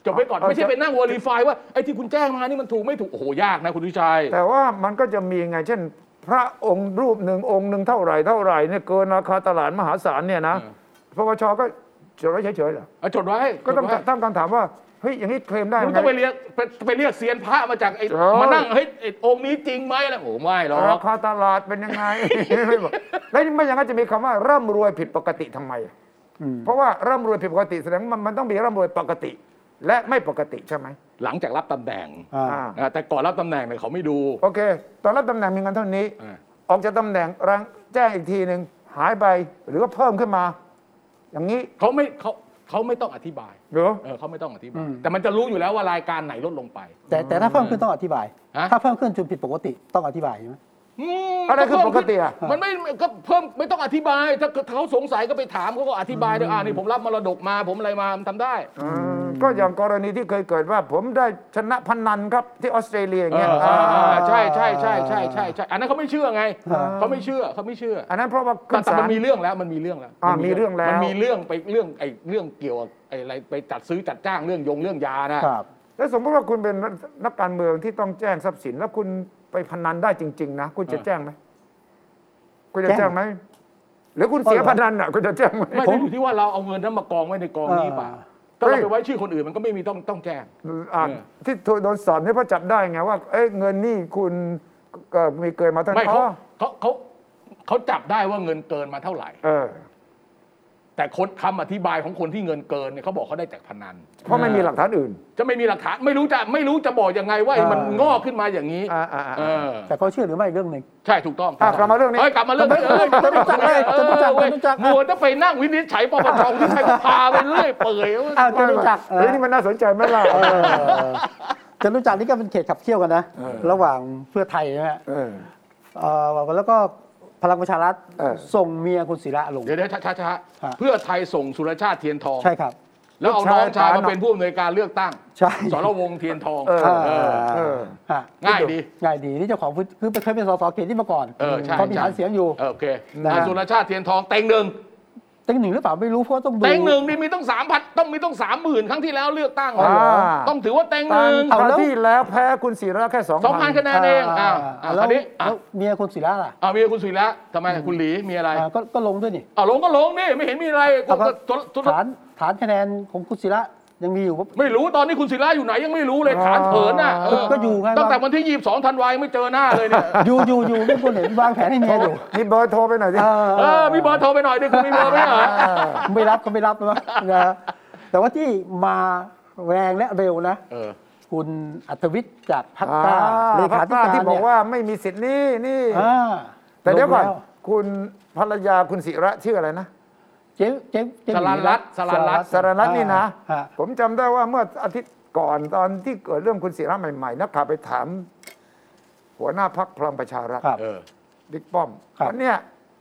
จบไปก่อน ไม่ใช่ไปนั่งวอลีฟายว่าไอ้ที่คุณแจ้งมานี่มันถูกไม่ถูก โอ้โห ยากนะคุณวิชัย
แต่ว่ามันก็จะมีไงเช่น พระองค์รูปหนึ่งองค์หนึ่งเท่าไหร่เท่าไหร่เนี่ยเกินราคาตลาดมหาศาลเนี่ยนะ
เออ
ปปชก็จดไว้เฉยๆเหรอ
เอาจดไว้
ก็ต้อง
จดไว้
ตั้งคำถามว่าเฮ้ยอย่างนี้เคลมได้
คุณ
ไหม
ต้องไปเรียกไปไปเรียกเซียนพระมาจากไอ้
เออ
มานั่งเฮ้ยไอ้องค์นี้จริงไหมอะไรโอ้โหไม่หรอ
ราก คาตลาดเป็นยังไง ไม่บอกแล้วไม่อย่างนั้นจะมีคำว่าร่ำรวยผิดปกติทำไม
อืม
เพราะว่าร่ำรวยผิดปกติแสดงว่ามันมันต้องมีร่ำรวยปกติ และไม่ปกติใช่ไหม
หลังจากรับตำแหน่ง
อ่า
อ่า
อ่าแต่ก่อนรับตำแหน่งเนี่ยเขาไม่ดู
โอเค ตอนรับตำแหน่งมีเงินเท่านี้
อ่า
ออกจากตำแหน่งรังแจ้งอีกทีหนึ่งหายไปหรือว่าเพิ่มขึ้นมา อย่างนี้
เขาไม่เขาเขาไม่ต้องอธิบาย
เหรอ
เออเขาไม่ต้องอธิบา
อื
ย
ม
แต่มันจะรู้อยู่แล้วว่ารายการไหนลดลงไป
แต่แต่ถ้าเพิ่มขึ้นต้องอธิบาย
ฮะ
ถ้าเพิ่มขึ้นจนผิดปกติต้องอธิบายใช่ไหม
ม
อะไรคือปกติอะ
มันไม่ก็เพิ่มไม่ต้องอธิบาย ถ้าถ้าเขาสงสัยก็ไปถามเขาก็อธิบายด้วยอ่านี่ผมรับมรดกมาผมอะไรมามันทำได้
อืมก็อย่างกรณีที่เคยเกิดว่า ผมได้ชนะพนันครับที่ออสเตรเลียอย่างเงี้ย
เอออ่า
อ่า
อ่าใช่ใช่ใช่ใช่ใช่ใช่อันนั้นเขาไม่เชื่อไงเขาไม่เชื่อเขาไม่เชื่อ
อันนั้นเพราะว่า
แต่
ขึ้น
แต่
ศา
มัน
ล
มีเรื่องแล้วมันมีเรื่องแล้ว
อ่ามีเรื่องแล้ว
มันมีเรื่องไปเรื่องไอ้เรื่องเกี่ยวกับไอ้อะไรไปจัดซื้อจัดจ้างเรื่องยงเรื่องยานะ
ครับ
แล้วสมมติว่าคุณเป็นนักการเมืองที่ต้องแจ้งทรัพย์สิน แล้วคุณไปพนันได้จริง ๆ นะ คุณจะ
เออ
แจ้งไหมคุณจะแจ้งไหมหรือคุณเสีย
เออ
พนันอ่ะคุณจะแจ้งไหม
ไม่ได้อยู่ที่ว่าเราเอาเงินนั้นมากองไว้ในกองนี้ป่ะ
เออ
ถ้าเรา
เฮ้ย
ไปไว้ชื่อคนอื่นมันก็ไม่มีต้องต้องแจ้ง
อ่ะ
เออ
ที่ถูกโดนสอบเนี่ยเพราะจับได้ไงว่าเอ้ยเงินนี่คุณเอ่อมีเกินมาเท่าไห
ไม่
ร่
เขา
อ๋อ
เขาเขาเขาจับได้ว่าเงินเกินมาเท่าไหร่
เออ
แต่คนคำอธิบายของคนที่เงินเกินเนี่ยเขาบอกเขาได้จากพนัน
เพราะไม่มีหลักฐานอื่น
จะไม่มีหลักฐานไม่รู้จะไม่รู้จะบอกยังไงว่า
อ่ามั
มันงอกขึ้นมาอย่างนี้
อ่าอ่าอ่า
เออ
แต่เขาเชื่อหรือไม่อีกเรื่องหนึ่ง
ใช่ถูกต้อง
อ่ะกลับมาเรื่องนี้
ฮ้ยกลับมาเรื่องนี้เอ้ย
จะรู้จักเลยจะรู้จัก
เว้ย
จะรู้จัก
มัวจะไปนั่งวินิจฉัยปปชที่ใครพาไปเรื่อยเปื่อย
อ้าวจะรู้จัก
เฮ้ยนี่มันน่าสนใจไหมล่ะ
เออจะรู้จักนี่ก็เป็นเขตขับเคี่ยวกันนะ
เออ
ระหว่างเพื่อไทยนะฮะ
เออ
เอ่อแล้วก็พลังประชารัฐ
เออ
ส่งเมียคุณศิระลง
เดี๋ยวเดี๋ยวช้าช้าช้า
ฮะ
เพื่อไทยส่งสุรชาติเทียนทอง
ใช่ครับ
แล้วเอาน้องชายมา
ลูกชาย
เป็นผู้อำนวยการเลือกตั้ง
ใช่
สรวงศ์เทียนทอง
เออ
เออ
เออ
ฮะ
ง่ายดี
ง่ายดีนี่เจ้าของพื้นคือเคยเป็นสสเขตนี่มาก่อน
เออใช่
เขามีฐานเสียงอยู่
เออโอเค
นะฮะ
อ่ะสุรชาติเทียนทองเต็งหนึ่ง
เต็งหนึ่งหรือเปล่าไม่รู้เพราะว่าต้องดู
เต็งหนึ่งนี่มีต้องสามพันต้องมีต้องสามหมื่นครั้งที่แล้วเลือกตั้ง
อ่า
ต้องถือว่าเต็งหนึ่ง
ค
เอา
ราว
แล้ว
ที่แล้วแพ้คุณศิระแค่สอง
สองพั
พั
น
น
คะแนนเองอ้าวอ่ะค
แล้ว
ราวนี้อ่ะ
แล้วเมียคุณศิระล่ะ
อ่ะมีคุณสุริละทำไมคุณหลีมีอะไร
อ่าก็ก็ลงด้วยนี่
อ่ะลงก็ลงนี่ไม่เห็นมีอะไรก็
เอาก็
ก็ก็
ฐานฐานคะแนนของคุณศิระยังมีอยู่ปะ
ไม่รู้ตอนนี้คุณศิระอยู่ไหนยังไม่รู้เลย
อ๋อ
ฐานเผินน่ะเ
ก็อยู่ไง
ตั้งแต่วันที่ 22ธันวาคมไม่เจอหน้าเลยเนี่ย
อยู่อยู่อยู่ไม่คนเห็นวางแผนให้เมียอยู่
มีเบอร์โทรไปหน่อยสิ
เออ
เออมีเบอร์โทรไปหน่อยดิคุณมีเบอร์ไหมเหรอ
ไม่รับก็ไม่รับนะนะแต่ว่าที่มาแรงและเร็วนะ
เออ
คุณอัธวิทย์จากพรรค
อ่าก
ล้าเล
พร
ขารธิ
คกล้า
การ
ที่บอ
เนี่
ก
ย
ว่าไม่มีสิทธิ์นี่นี่
อ่า
แต่เดี๋ยวก่อน
ลงแล้
คุณภรรยาคุณศิระชื่ออะไรนะ
เจ๊เจ๊เจ๊
สรัญรัตน์สรัญรัตน์
สารนัทนี่นะ
ฮะ
ผมจำได้ว่าเมื่ออาทิตย์ก่อนตอนที่เกิดเรื่องคุณศิระใหม่ๆนักข่าวไปถาม หัวหน้าพักพลังประชารัฐ
ครับ
เออ
บิ๊กป้อม
ครับ
วันเนี้ย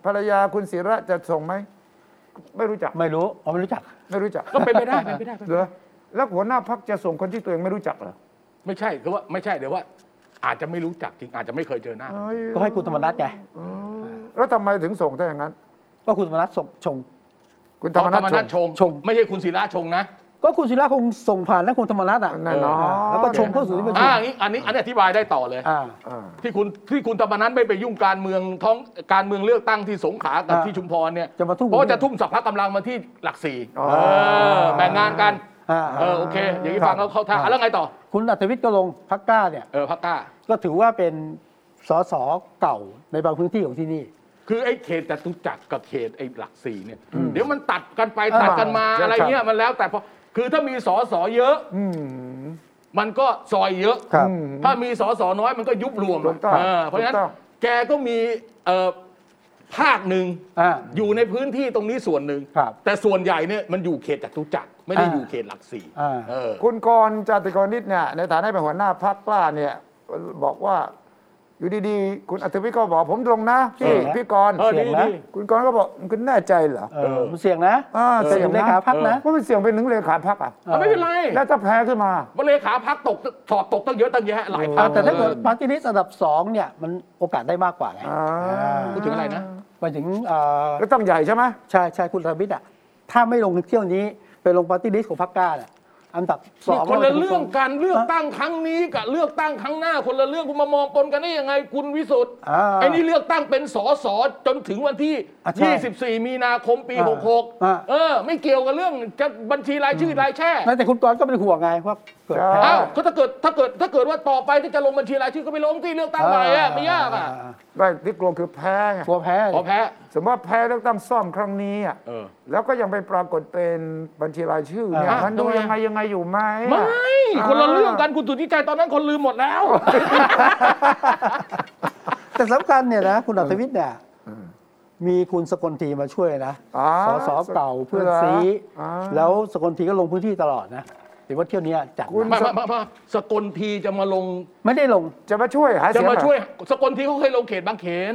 ภรรยาคุณศิระจะส่งไหมไม่รู้จัก
ไม่รู้อ๋อไม่รู้จัก
ไม่รู้จัก
ก็เป็นไปได้เป็นไปได้
เหรอแล้วหัวหน้าพักจะส่งคนที่ตัวเองไม่รู้จักเหรอ
ไม่ใช่คือว่าไม่ใช่เดี๋ยวว่า อาจจะไม่รู้จักจริงอาจจะไม่เคยเจอหน้า
เอ้ย
ก็ให้คุณธรรมนัฐไง
แล้วทำไมถึงส่งได้อย่างนั้น
ก็คุณธรรมนัฐส่งชง
คุณ
ธ
ธร
ร
ร
ร
ม
ม
นั
นั
ฐ
ฐ
ช
ช
ง
ง
ชง
ไม่ใช่คุณศิระชงนะ
ก็คุณศิระคงส่งผ่านและคุณธรรมนัฐอ่ะ
แน่นอน
าแล้วก็ชงเข้าสู่ที่ประชุม
อ่าอันนี้อันนี้อันนี้อธิบายได้ต่อเลย
อ่า
อ่า
ที่คุณที่คุณธรรมนัฐไม่ไปยุ่งการเมืองท้องการเมืองเลือกตั้งที่สงขลากับ
อ่า
ที่ชุมพรเนี่ย
จะมาทุ่ม
เพราะจะทุ่มสัพพะกำลังมาที่หลักสี่
อ๋อ
เออแบ่งงานกัน
อ่า
เออโอเค อย่างนี้ฟัง
ครั
แล้
บ
วเข้าทาง
ครับ
อ่ะแล้วไงต่อ
คุณอัตวิทย์ก็ลงพักกล้าเนี่ย
เออพักกล้า
ก็ถือว่าเป็นสสเก่าในบางพื้นที่ของที่นี่
คือไอ้เขตจตุจักรกับเขตไอ้หลักสี่เนี่ยเดี๋ยวมันตัดกันไปตัดกันมา
อ่า
อะไรเงี้ยมันแล้วแต่พอคือถ้ามีสอสอเยอะ
อืม
มันก็ซอยเยอะ
ครับ
อืม
ถ้ามีสอสอน้อยมันก็ยุบรวม
ถูกต้อง
เออเพราะฉะนั้น
ถูกต้อง
แกก็มีเอ่อภาคหนึ่ง
อ่า
อยู่ในพื้นที่ตรงนี้ส่วนหนึ่ง
ครับ
แต่ส่วนใหญ่เนี่ยมันอยู่เขตจตุจักรไม่ได้
อ่า
อยู่เขตหลักสี่
อ่า
เออ
คุณกรณ์จาติกรนิตเนี่ยในฐานะเป็นหัวหน้าพักกล้าเนี่ยบอกว่าอยู่ดีๆ คุณอัธวิทย์ก็บอกผมลงนะพี่
เออ
พี่กรณ์
เออดีดี
คุณกรณ์ก็บอกคุณแน่ใจเหรอ
เออมันเสี่ยงนะ
อ่าเสี่
เสี่ย
ยง
ง
นะ
เลขาพักนะ
ว่ามันเสี่ยงเป็นหนึ่งเลขาพักอ่ะ
เอาไม่เป็นไร
แล้วถ้าแพ้ขึ้นมา
ว่าเลขาพักตกสอบตกตั้งเยอะตั้งแยะหลายพั
อ่าก แต่ถ้าเกิด
เออ
พาร์ตี้ลิสต์อันดับสองเนี่ยมันโอกาสได้มากกว่าไง
อ่า
พูดถึงอะไรนะ
หมายถึงเอ่อ
แล้วต้องใหญ่ใช่ไหม
ใช่ใช่คุณธมิตรอ่ะถ้าไม่ลงเที่ยวนี้ไปลงพาร์ตี้ลิสต์ของพรรคกล้าน่ะอันดับส
นี่
อง
คนละเรื่อง
กัน
การเลือกตั้งครั้งนี้กับเลือกตั้งครั้งหน้าคนละเรื่องคุณมามองปนกันได้ยังไงคุณวิสุทธ์
อ่า
ไอ้นี่เลือกตั้งเป็นสสจนถึงวันที่
อ่ะใช่
24 มีนาคมปี
อ่าอ่า
66 เออ ไม่เกี่ยวกับเรื่องจะบัญชีรายชื่อรายแช่
นั่นแต่คุณกรณ์ก็เป็นห่วงไงว่าเกิดแพ้
เอ้าก็ถ้าเกิดถ้าเกิดถ้าเกิดว่าต่อไปที่จะลงบัญชีรายชื่อก็ไปลงที่เลือกตั้งใหม่อะไม่ยากอะ
ไม่ที่กลัวคือแพ้ไง
กลัวแพ้
ขอแพ้
สมมติว่าแพ้เลือกตั้งซ่อมครั้งนี้อ่ะ
เออ
แล้วก็ยังไปปรากฏเป็นบัญชีรายชื่อเนี่ย
อ่ะ
มันดู
ทำ
ยั
ไมอ่ะ
งไงยังไงอยู่ไหม
ไม่
อ่ะ
คนละเรื่องกันคุณสุทธิชัยตอนนั้นคนลืมหมดแล้ว
แต่สำคัญเนี่ยนะคุณอัธวิทย์เนี่ยมีคุณสกลทีมาช่วยนะ
อ๋อ
สสเก่าเพื่อน
เหรอ
ซี
อ๋อ
แล้วสกลทีก็ลงพื้นที่ตลอดนะเห็นว่าเที่ยวนี้จัดหนัก
มามามามาสกลทีจะมาลง
ไม่ได้ลง
จะมาช่วยหา
จะ
เสียง
มา
เหรอ
ช่วย สกลทีเขาเคยลงเขตบางเขน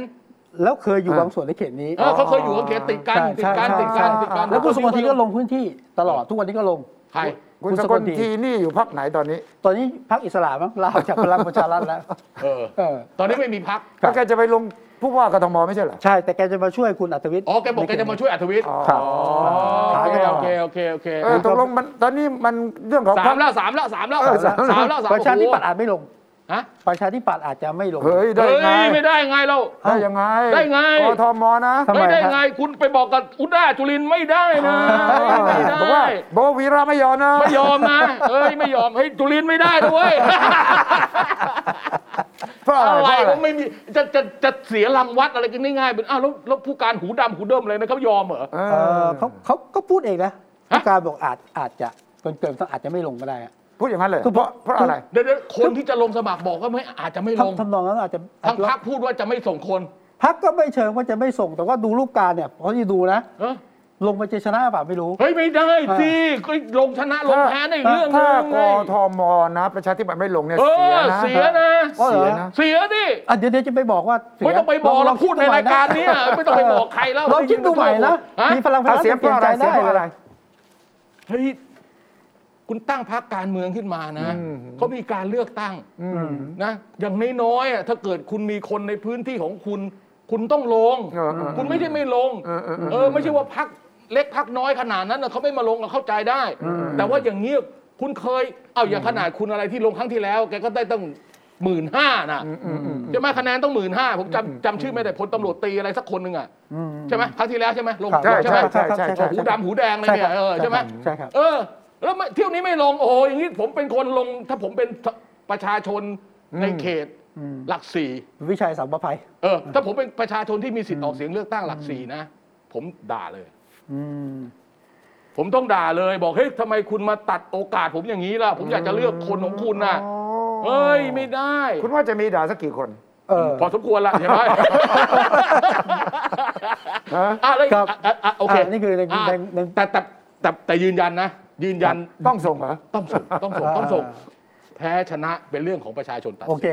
แล้วเคยอยู่
อ่า
บางส่วนในเขตนี้
เออเขาเคยอยู่กับเขตติดกัน
ใช่
ติด
ใช่
กัน
ใช่
ติดกัน
ใช่
ติดกัน
แล้วคุณสกลทีก็ลงพื้นที่ตลอดทุกวันนี้ก็ลง
ใคร
คุณ
คุณ
ส
ส
ก
ก
ล
ลที
ทีนี่อยู่พักไหนตอนนี้
ตอนนี้พรรคอิสระมั้งลาออกจากพลังประชารัฐแล้ว
เออ
เออ
ตอนนี้ไม่มีพัก
ครับ
แล้วแกจะไปลงผู้ว่ากทมไม่ใช่เหรอ
ใช่แต่แกจะมาช่วยคุณอัธวิทย์
อ๋อแกบอกแกจะมาช่วยอัธวิทย์
อ๋อ
ครับ
โอเค
ครับ
โอเคโอเคโอเค
เออตกลงมันตอนนี้มันเรื่องของ
สา
พรร
ม
ค
แล้วสามแล้วสามแล้ว
เออสามแล้ว
สามแล้วสาม
ประชาธิปัตย์
โอ้โห
อาจไม่ลง
ฮะ
ประชาธิปัตย์อาจจะไม่ลง
เฮ้ยได้
เฮ้
ไง
ยไม่ได้ไงเรา
ได้ยังไง
ได้ไง
กทมนะ
ทำไม
ไม่ได้
ฮะ
ไงคุณไปบอกกับอุด้าจุลินทร์ไม่ได้นะไม่ได้
บอกว่าบอกว่าวีระไม่ยอมนะ
ไม่ยอมนะเอ้ยไม่ยอมเฮ้ยจุลินทร์ไม่ได้นะเว้ย
เพราะอะไร
อะไร
เพราะอะไร
ก็ไม่มีจะจะจะเสียรางวัดอะไรกันง่ายๆเป็นอ้าวแล้วแล้วผู้การหูดำหูเดิมอะไรนะเขายอมเหรอ
เอ
เออ
อ
เขาเขาก็พูดเองนะผู้การบอกอาจอาจจะเกินเกินๆอาจจะไม่ลงก็ได้อะ
พูดอย่างนั้นเลย
คือ
เพราะเพราะอะไร
เดี๋ยวเดี๋ยวคนที่จะลงสมัครบอกว่าไม่อาจจะไม่ลง
ทำทำนองนั้นอาจจะ
ทางพักพูดว่าจะไม่ส่งคน
พรรคก็ไม่เชิงว่าจะไม่ส่งแต่ว่าดูรูปการณ์เนี่ยเขาจะดูนะ
เออ
ลงไปจะชนะเปล่าไม่รู้
เฮ้ยไม่ได้สิก็ลงชนะลงแพ้ในเรื่องหนึ
ถ้าง ก
ไง
ทมนะประชาธิปัตย์ไม่ลงเนี่ย
เอ
เสีย
อ
นะ
เสียนะ
อ๋อเหรอ
เสียนะ
เสียดิ
อ่ะเดี๋ยวเดี๋ยวจะไปบอกว่าเสีย
ไม่ต้องไปบอก
ล
เรา
ง
พูดในรายการเนี้ ไม่ต้องไปบอกใครแล้ว
ลองคิดดูใหม่นะ
ฮ
มีพลังพลั
ถ้าง เสีย
จะ
งเพ
เปลี่ย
ราะ
น
อะไร
ใจ
เสีย
ได้
งเพราะอะไร
เฮ้ยคุณตั้งพักการเมืองขึ้นมานะ
อืม
เขามีการเลือกตั้ง
อืม
นะอย่างน้อยๆอ่ะถ้าเกิดคุณมีคนในพื้นที่ของคุณ คุณต้องลง
เออเออ
คุณไม่ใช่ไม่ลง
เออเออเออ
เออไม่ใช่ว่าพักเล็กพักน้อยขนาดนั้นน่ะเขาไม่มาลงเราเข้าใจได้ แต่ว่าอย่างเงี้ยคุณเคยเอาอย่างขนาดคุณอะไรที่ลงครั้งที่แล้ว แกก็ได้ตั้งหมื่นห้านะใช่ไหมคะแนนต้องหมื่นห้าผมจำจำชื่อไม่ได้พลตำรวจตีอะไรสักคนหนึ่งอ่ะ
อืม
ใช่ไหมครั้งที่แล้วใช่ไหมลง
ครับ
ใช่
ใช่ไห
ใช่
ม
ใช่ใช่
ใช่
ใช่
หูดำหูแดงเลยเนี่ยเออใช่ไหม
ใช่ครับ
เออ แล้วไม่เที่ยวนี้ไม่ลงโอ้โหอย่างนี้ผมเป็นคนลง ถ้าผมเป็นประชาชนในเขต
อืม
หลักสี่
วิชัยสัมประภัย
เออ ถ้าผมเป็นประชาชนที่มีสิทธิ์ออกเสียงเลือกตั้งหลักสี่นะ ผมด่าเลย
อืม
ผมต้องด่าเลยบอกเฮ้ยทำไมคุณมาตัดโอกาสผมอย่างนี้ล่ะ ผมอยากจะเลือกคนของคุณน่ะ
โอ้
เอ้ยไม่ได้
คุณว่าจะมีด่าสักกี่คน
เออ
พอสมควรละใช่ไหม
ฮะ
อ่ะเลย
ครับ
อ่ะอ่ะอ่ะโอเค
อ่ะนี่คือใน
อ่ะ
ในใน
แต่แต่แต่แต่ยืนยันนะ ยืนยัน
ต้องส่งเหรอ
ต้องส่งต้องส่งต้องส่งแพ้ชนะเป็นเรื่องของประชาชนตัด
โอ
สิน
เค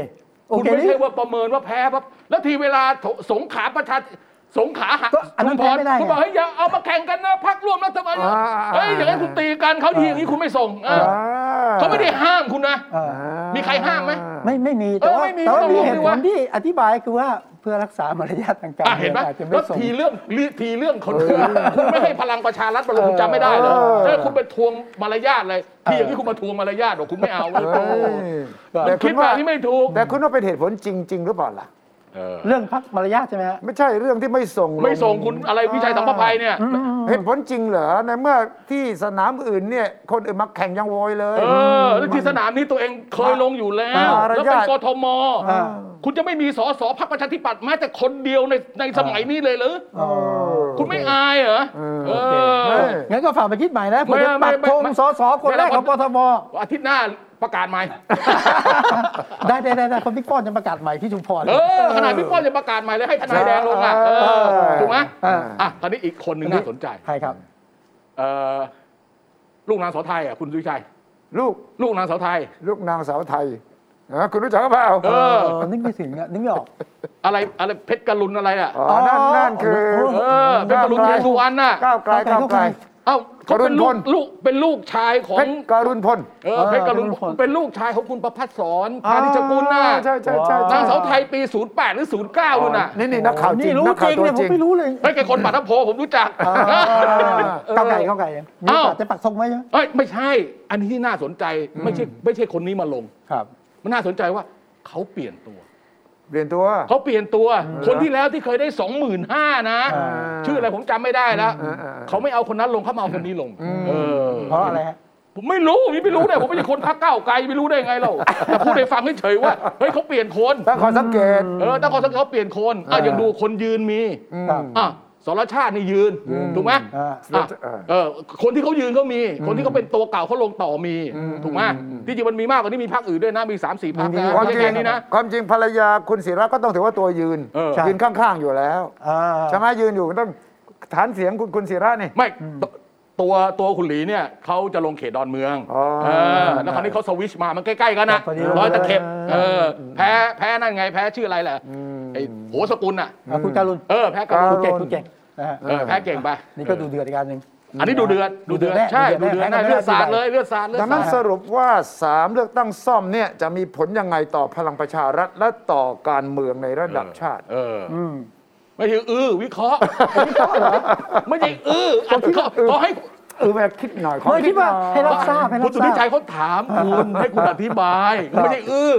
โอ
คุณ
เค
ไม่
นี่
ใช่ว่าประเมินว่าแพ้ปั๊บแล้วทีเวลาโถสงขลาประชาสงขลาหัก
ก็อันนั้นแพ้ไม่ได้
คุณบ
ไง
อกเฮ้ยอย่าเอามาแข่งกันนะพักร่วมรัฐบาล
อ่า
เฮ้ยอย่างนั้นคุณตีกันเขาทีอย่างนี้คุณไม่ส่งเออเขาไม่ได้ห้ามคุณนะ
เออ
มีใครห้ามไหม
ไม่ไม่มี
เอ
แต่
อ
ว่า
ไม่มี
แต่ว่า
ไม่ต้อง
มี
ลง
เหตุ
ด้วย
ผ
วะ
ลที่อธิบายคือว่าเพื่อรักษามารยาททางการ
อ่ะเห็น
เมือง
ไหม
อาจจะไม่
แล้ว
ส่ง
ทีเรื่องทีเรื่องคนอื่นคุณไม่ให้พลังประชารัฐมาลงคุณจำไม่ได้เหรอ
เออ
เออคุณไปทวงมารยาทเลยทีอย่างนี้คุณมาทวงมารยาทบอกคุณไม่เอาเว้ย
เฮ้ยแต่
คิ
คุ
ด
ณ
แบ
ว่า
บนี้ไม่ถูก
แต่คุณว่าเป็นเหตุผลจริง ๆ หรือเปล่าล่ะ
เออ
เรื่องพักมารยาทใช่ไหมฮะ
ไม่ใช่เรื่องที่ไม่ส่งล
ไม่ส่งคุณอะไรวิชัยสังประภัยเนี่ย
เหตุผลจริงเหรอในเมื่อที่สนามอื่นเนี่ย คนอื่นมาแข่งยังโวยเลย
เออแล้วที่สนามนี้ตัวเองเคยลงอยู่แล้ว
อ่า
แล้วเป็น
ระยะ
กทม
อ่า
คุณจะไม่มีสสพรรคประชาธิปัตย์แม้แต่คนเดียวในในสมัยนี้เลยหรือ
เออ
คุณไม่อายเหรอเอ
เอ
อ
องั้นก็ฝากไปคิดใหม่นะผม
ไม่
จะปัก
ไม่ไม่
ธงสสคนแรกของ
ไม่
ปทม
อาทิตย์หน้า ประกาศใหม่
ได้ได้ได้ได้เพราะบิ๊กป้อนจะประกาศใหม่ที่ชุมพร
เออขนาดพี่ป้อนจะประกาศใหม่เลยให้ทนายแดงลงอ่ะเออ
เออ
ถูกไหม
เออ
อ่ะตอนนี้อีกคนหนึ่งน่าสนใจ
ใครครับ
เออลูกนางเสาวไทยอ่ะคุณสุวิชัย
ลูก
ลูกนางเสาวไทย
ลูกนางสาวไทยนะคุณรู้จักเขาเปล่า
เออ
เออนึกไม่ถึงอะนึกไม่ออก
อะไรอะไรเพชรกรุณอะไรอ่ะ
อ๋อนั่นนั่นคือ
โอ้โห
เออเพชรกรุณ
ก้าวไกล
เทสุวรรณน่ะ
ก้าวไกลก้าวไกล
เอ้าเขาเป็นลูก
กรุณพล
ลูกเป็นลูกชายขอ
เพ
ง
ชรการุณพล
เออเพชรกรุณ
เออเพชรกรุณพล
เป็นลูกชายของคุณประพัฒสอนพานิชกุลน่ะ
ใช่ใช่ใช่
นางเสาวไทยปี 08 หรือ 09นู่นน่ะ
นี่นี่นักข่าวจริ
นี่
ง
รู้
นัก
จ
ข่าว
ริง
ตัว
เนี่ยผ
จ
ม
ริง
ไม่รู้เลย
เฮ้ยแกคนปากน้ำโพผมรู้จัก
เข้าไก่เข้าไก่ยังมีโอกาส
เอ้า
ได้ปักทรงไหมยัง
เอ้ยไม่ใช่ อันนี้ที่น่าสนใจไม่ใช่ไม่ใช่คนนี้มาลง
ครับ
มันน่าสนใจว่าเขาเปลี่ยนตัว
เปลี่ยนตัว
เขาเปลี่ยนตัว คนที่แล้วที่เคยได้ 25,000นะ
อ่า
ชื่ออะไรผมจำไม่ได้แล้ว
อ่าอ่าอ่า
เขาไม่เอาคนนั้นลงเขามาเอาคนนี้ลงเออ
เพราะอะไรฮะ
ผมไม่รู้ผมไม่รู้ได้ผมไม่ใช่คนพักเก้าวไกลไม่รู้ได้ไงเราแต่พูดให้ฟังเฉยๆว่าเฮ้ยเขาเปลี่ยนคน
ตั้งข้อสังเกต
เออตั้งข้อสังเกตเขาเปลี่ยนคนอ่ะอย่างดูคนยืนมี
ครับ
อ่ะสรชาตินี่ยืนถูกไหม
อ่า
อ่ะ
เออ
เออคนที่เขายืนเขามี คนที่เขาเป็นตัวเก่าเขาลงต่อมี ถูกไหมที่จริงมันมีมากกว่านี้มีพรรคอื่นด้วยนะ มี3ามสี่พรรคนะ
ความ
ไม่
จ
ใช่
ริ
แค่
ง
นี้นะ
ความจริงภรรยาคุณศิระก็ต้องถือว่าตัวยืน
เออ
ยืนข้างๆอยู่แล้ว
อ่า
ใช่ไหมยืนอยู่ต้องฐานเสียงคุณคุณศิระนี่
ไม่ตตัวตัวคุณหลีเนี่ยเขาจะลงเขตดอนเมือง
อ๋อ
เออแล้วคราวนี้เขาสวิชมามันใกล้ๆกันนะ
พอดี
ร้อยตะเข็บเออแพ้แพ้นั่นไงแพ้ชื่ออะไรแหละไอ้โหสกุลอ่ะ
อ่ะคุณการุณ
เออแพ้กั
คุ
น
ณเก่งคุณเก่งนะฮะ
เออแพ้เก่งไป
นี่ก็ดูเดือดอีกการหนึ่ง
อันนี้ดูเดือดดูเดือด
แน่
ใช่ดูเดือด
แน่
นะเลือดสาดเลยเลือดสาดเลือด
ดังนั้
สาน ด
สรุปว่า 3 เลือกตั้งซ่อมเนี่ยจะมีผลยังไงต่อพลังประชารัฐและต่อการเมืองในระดับชาติ
เอออไม่ใช่อื้อวิเคราะห์ไม่ใช่อื้ออันเขาเขาให้
เออแม่คิดหน่อยขอ
ไม่คิดว่าให้รับทราบให้รั
คุณ
บ
สุ
ท
นิ
รา
ชั
บ
ยเขาถามคุณให้คุณอธิบายไม่ใช่อื้อ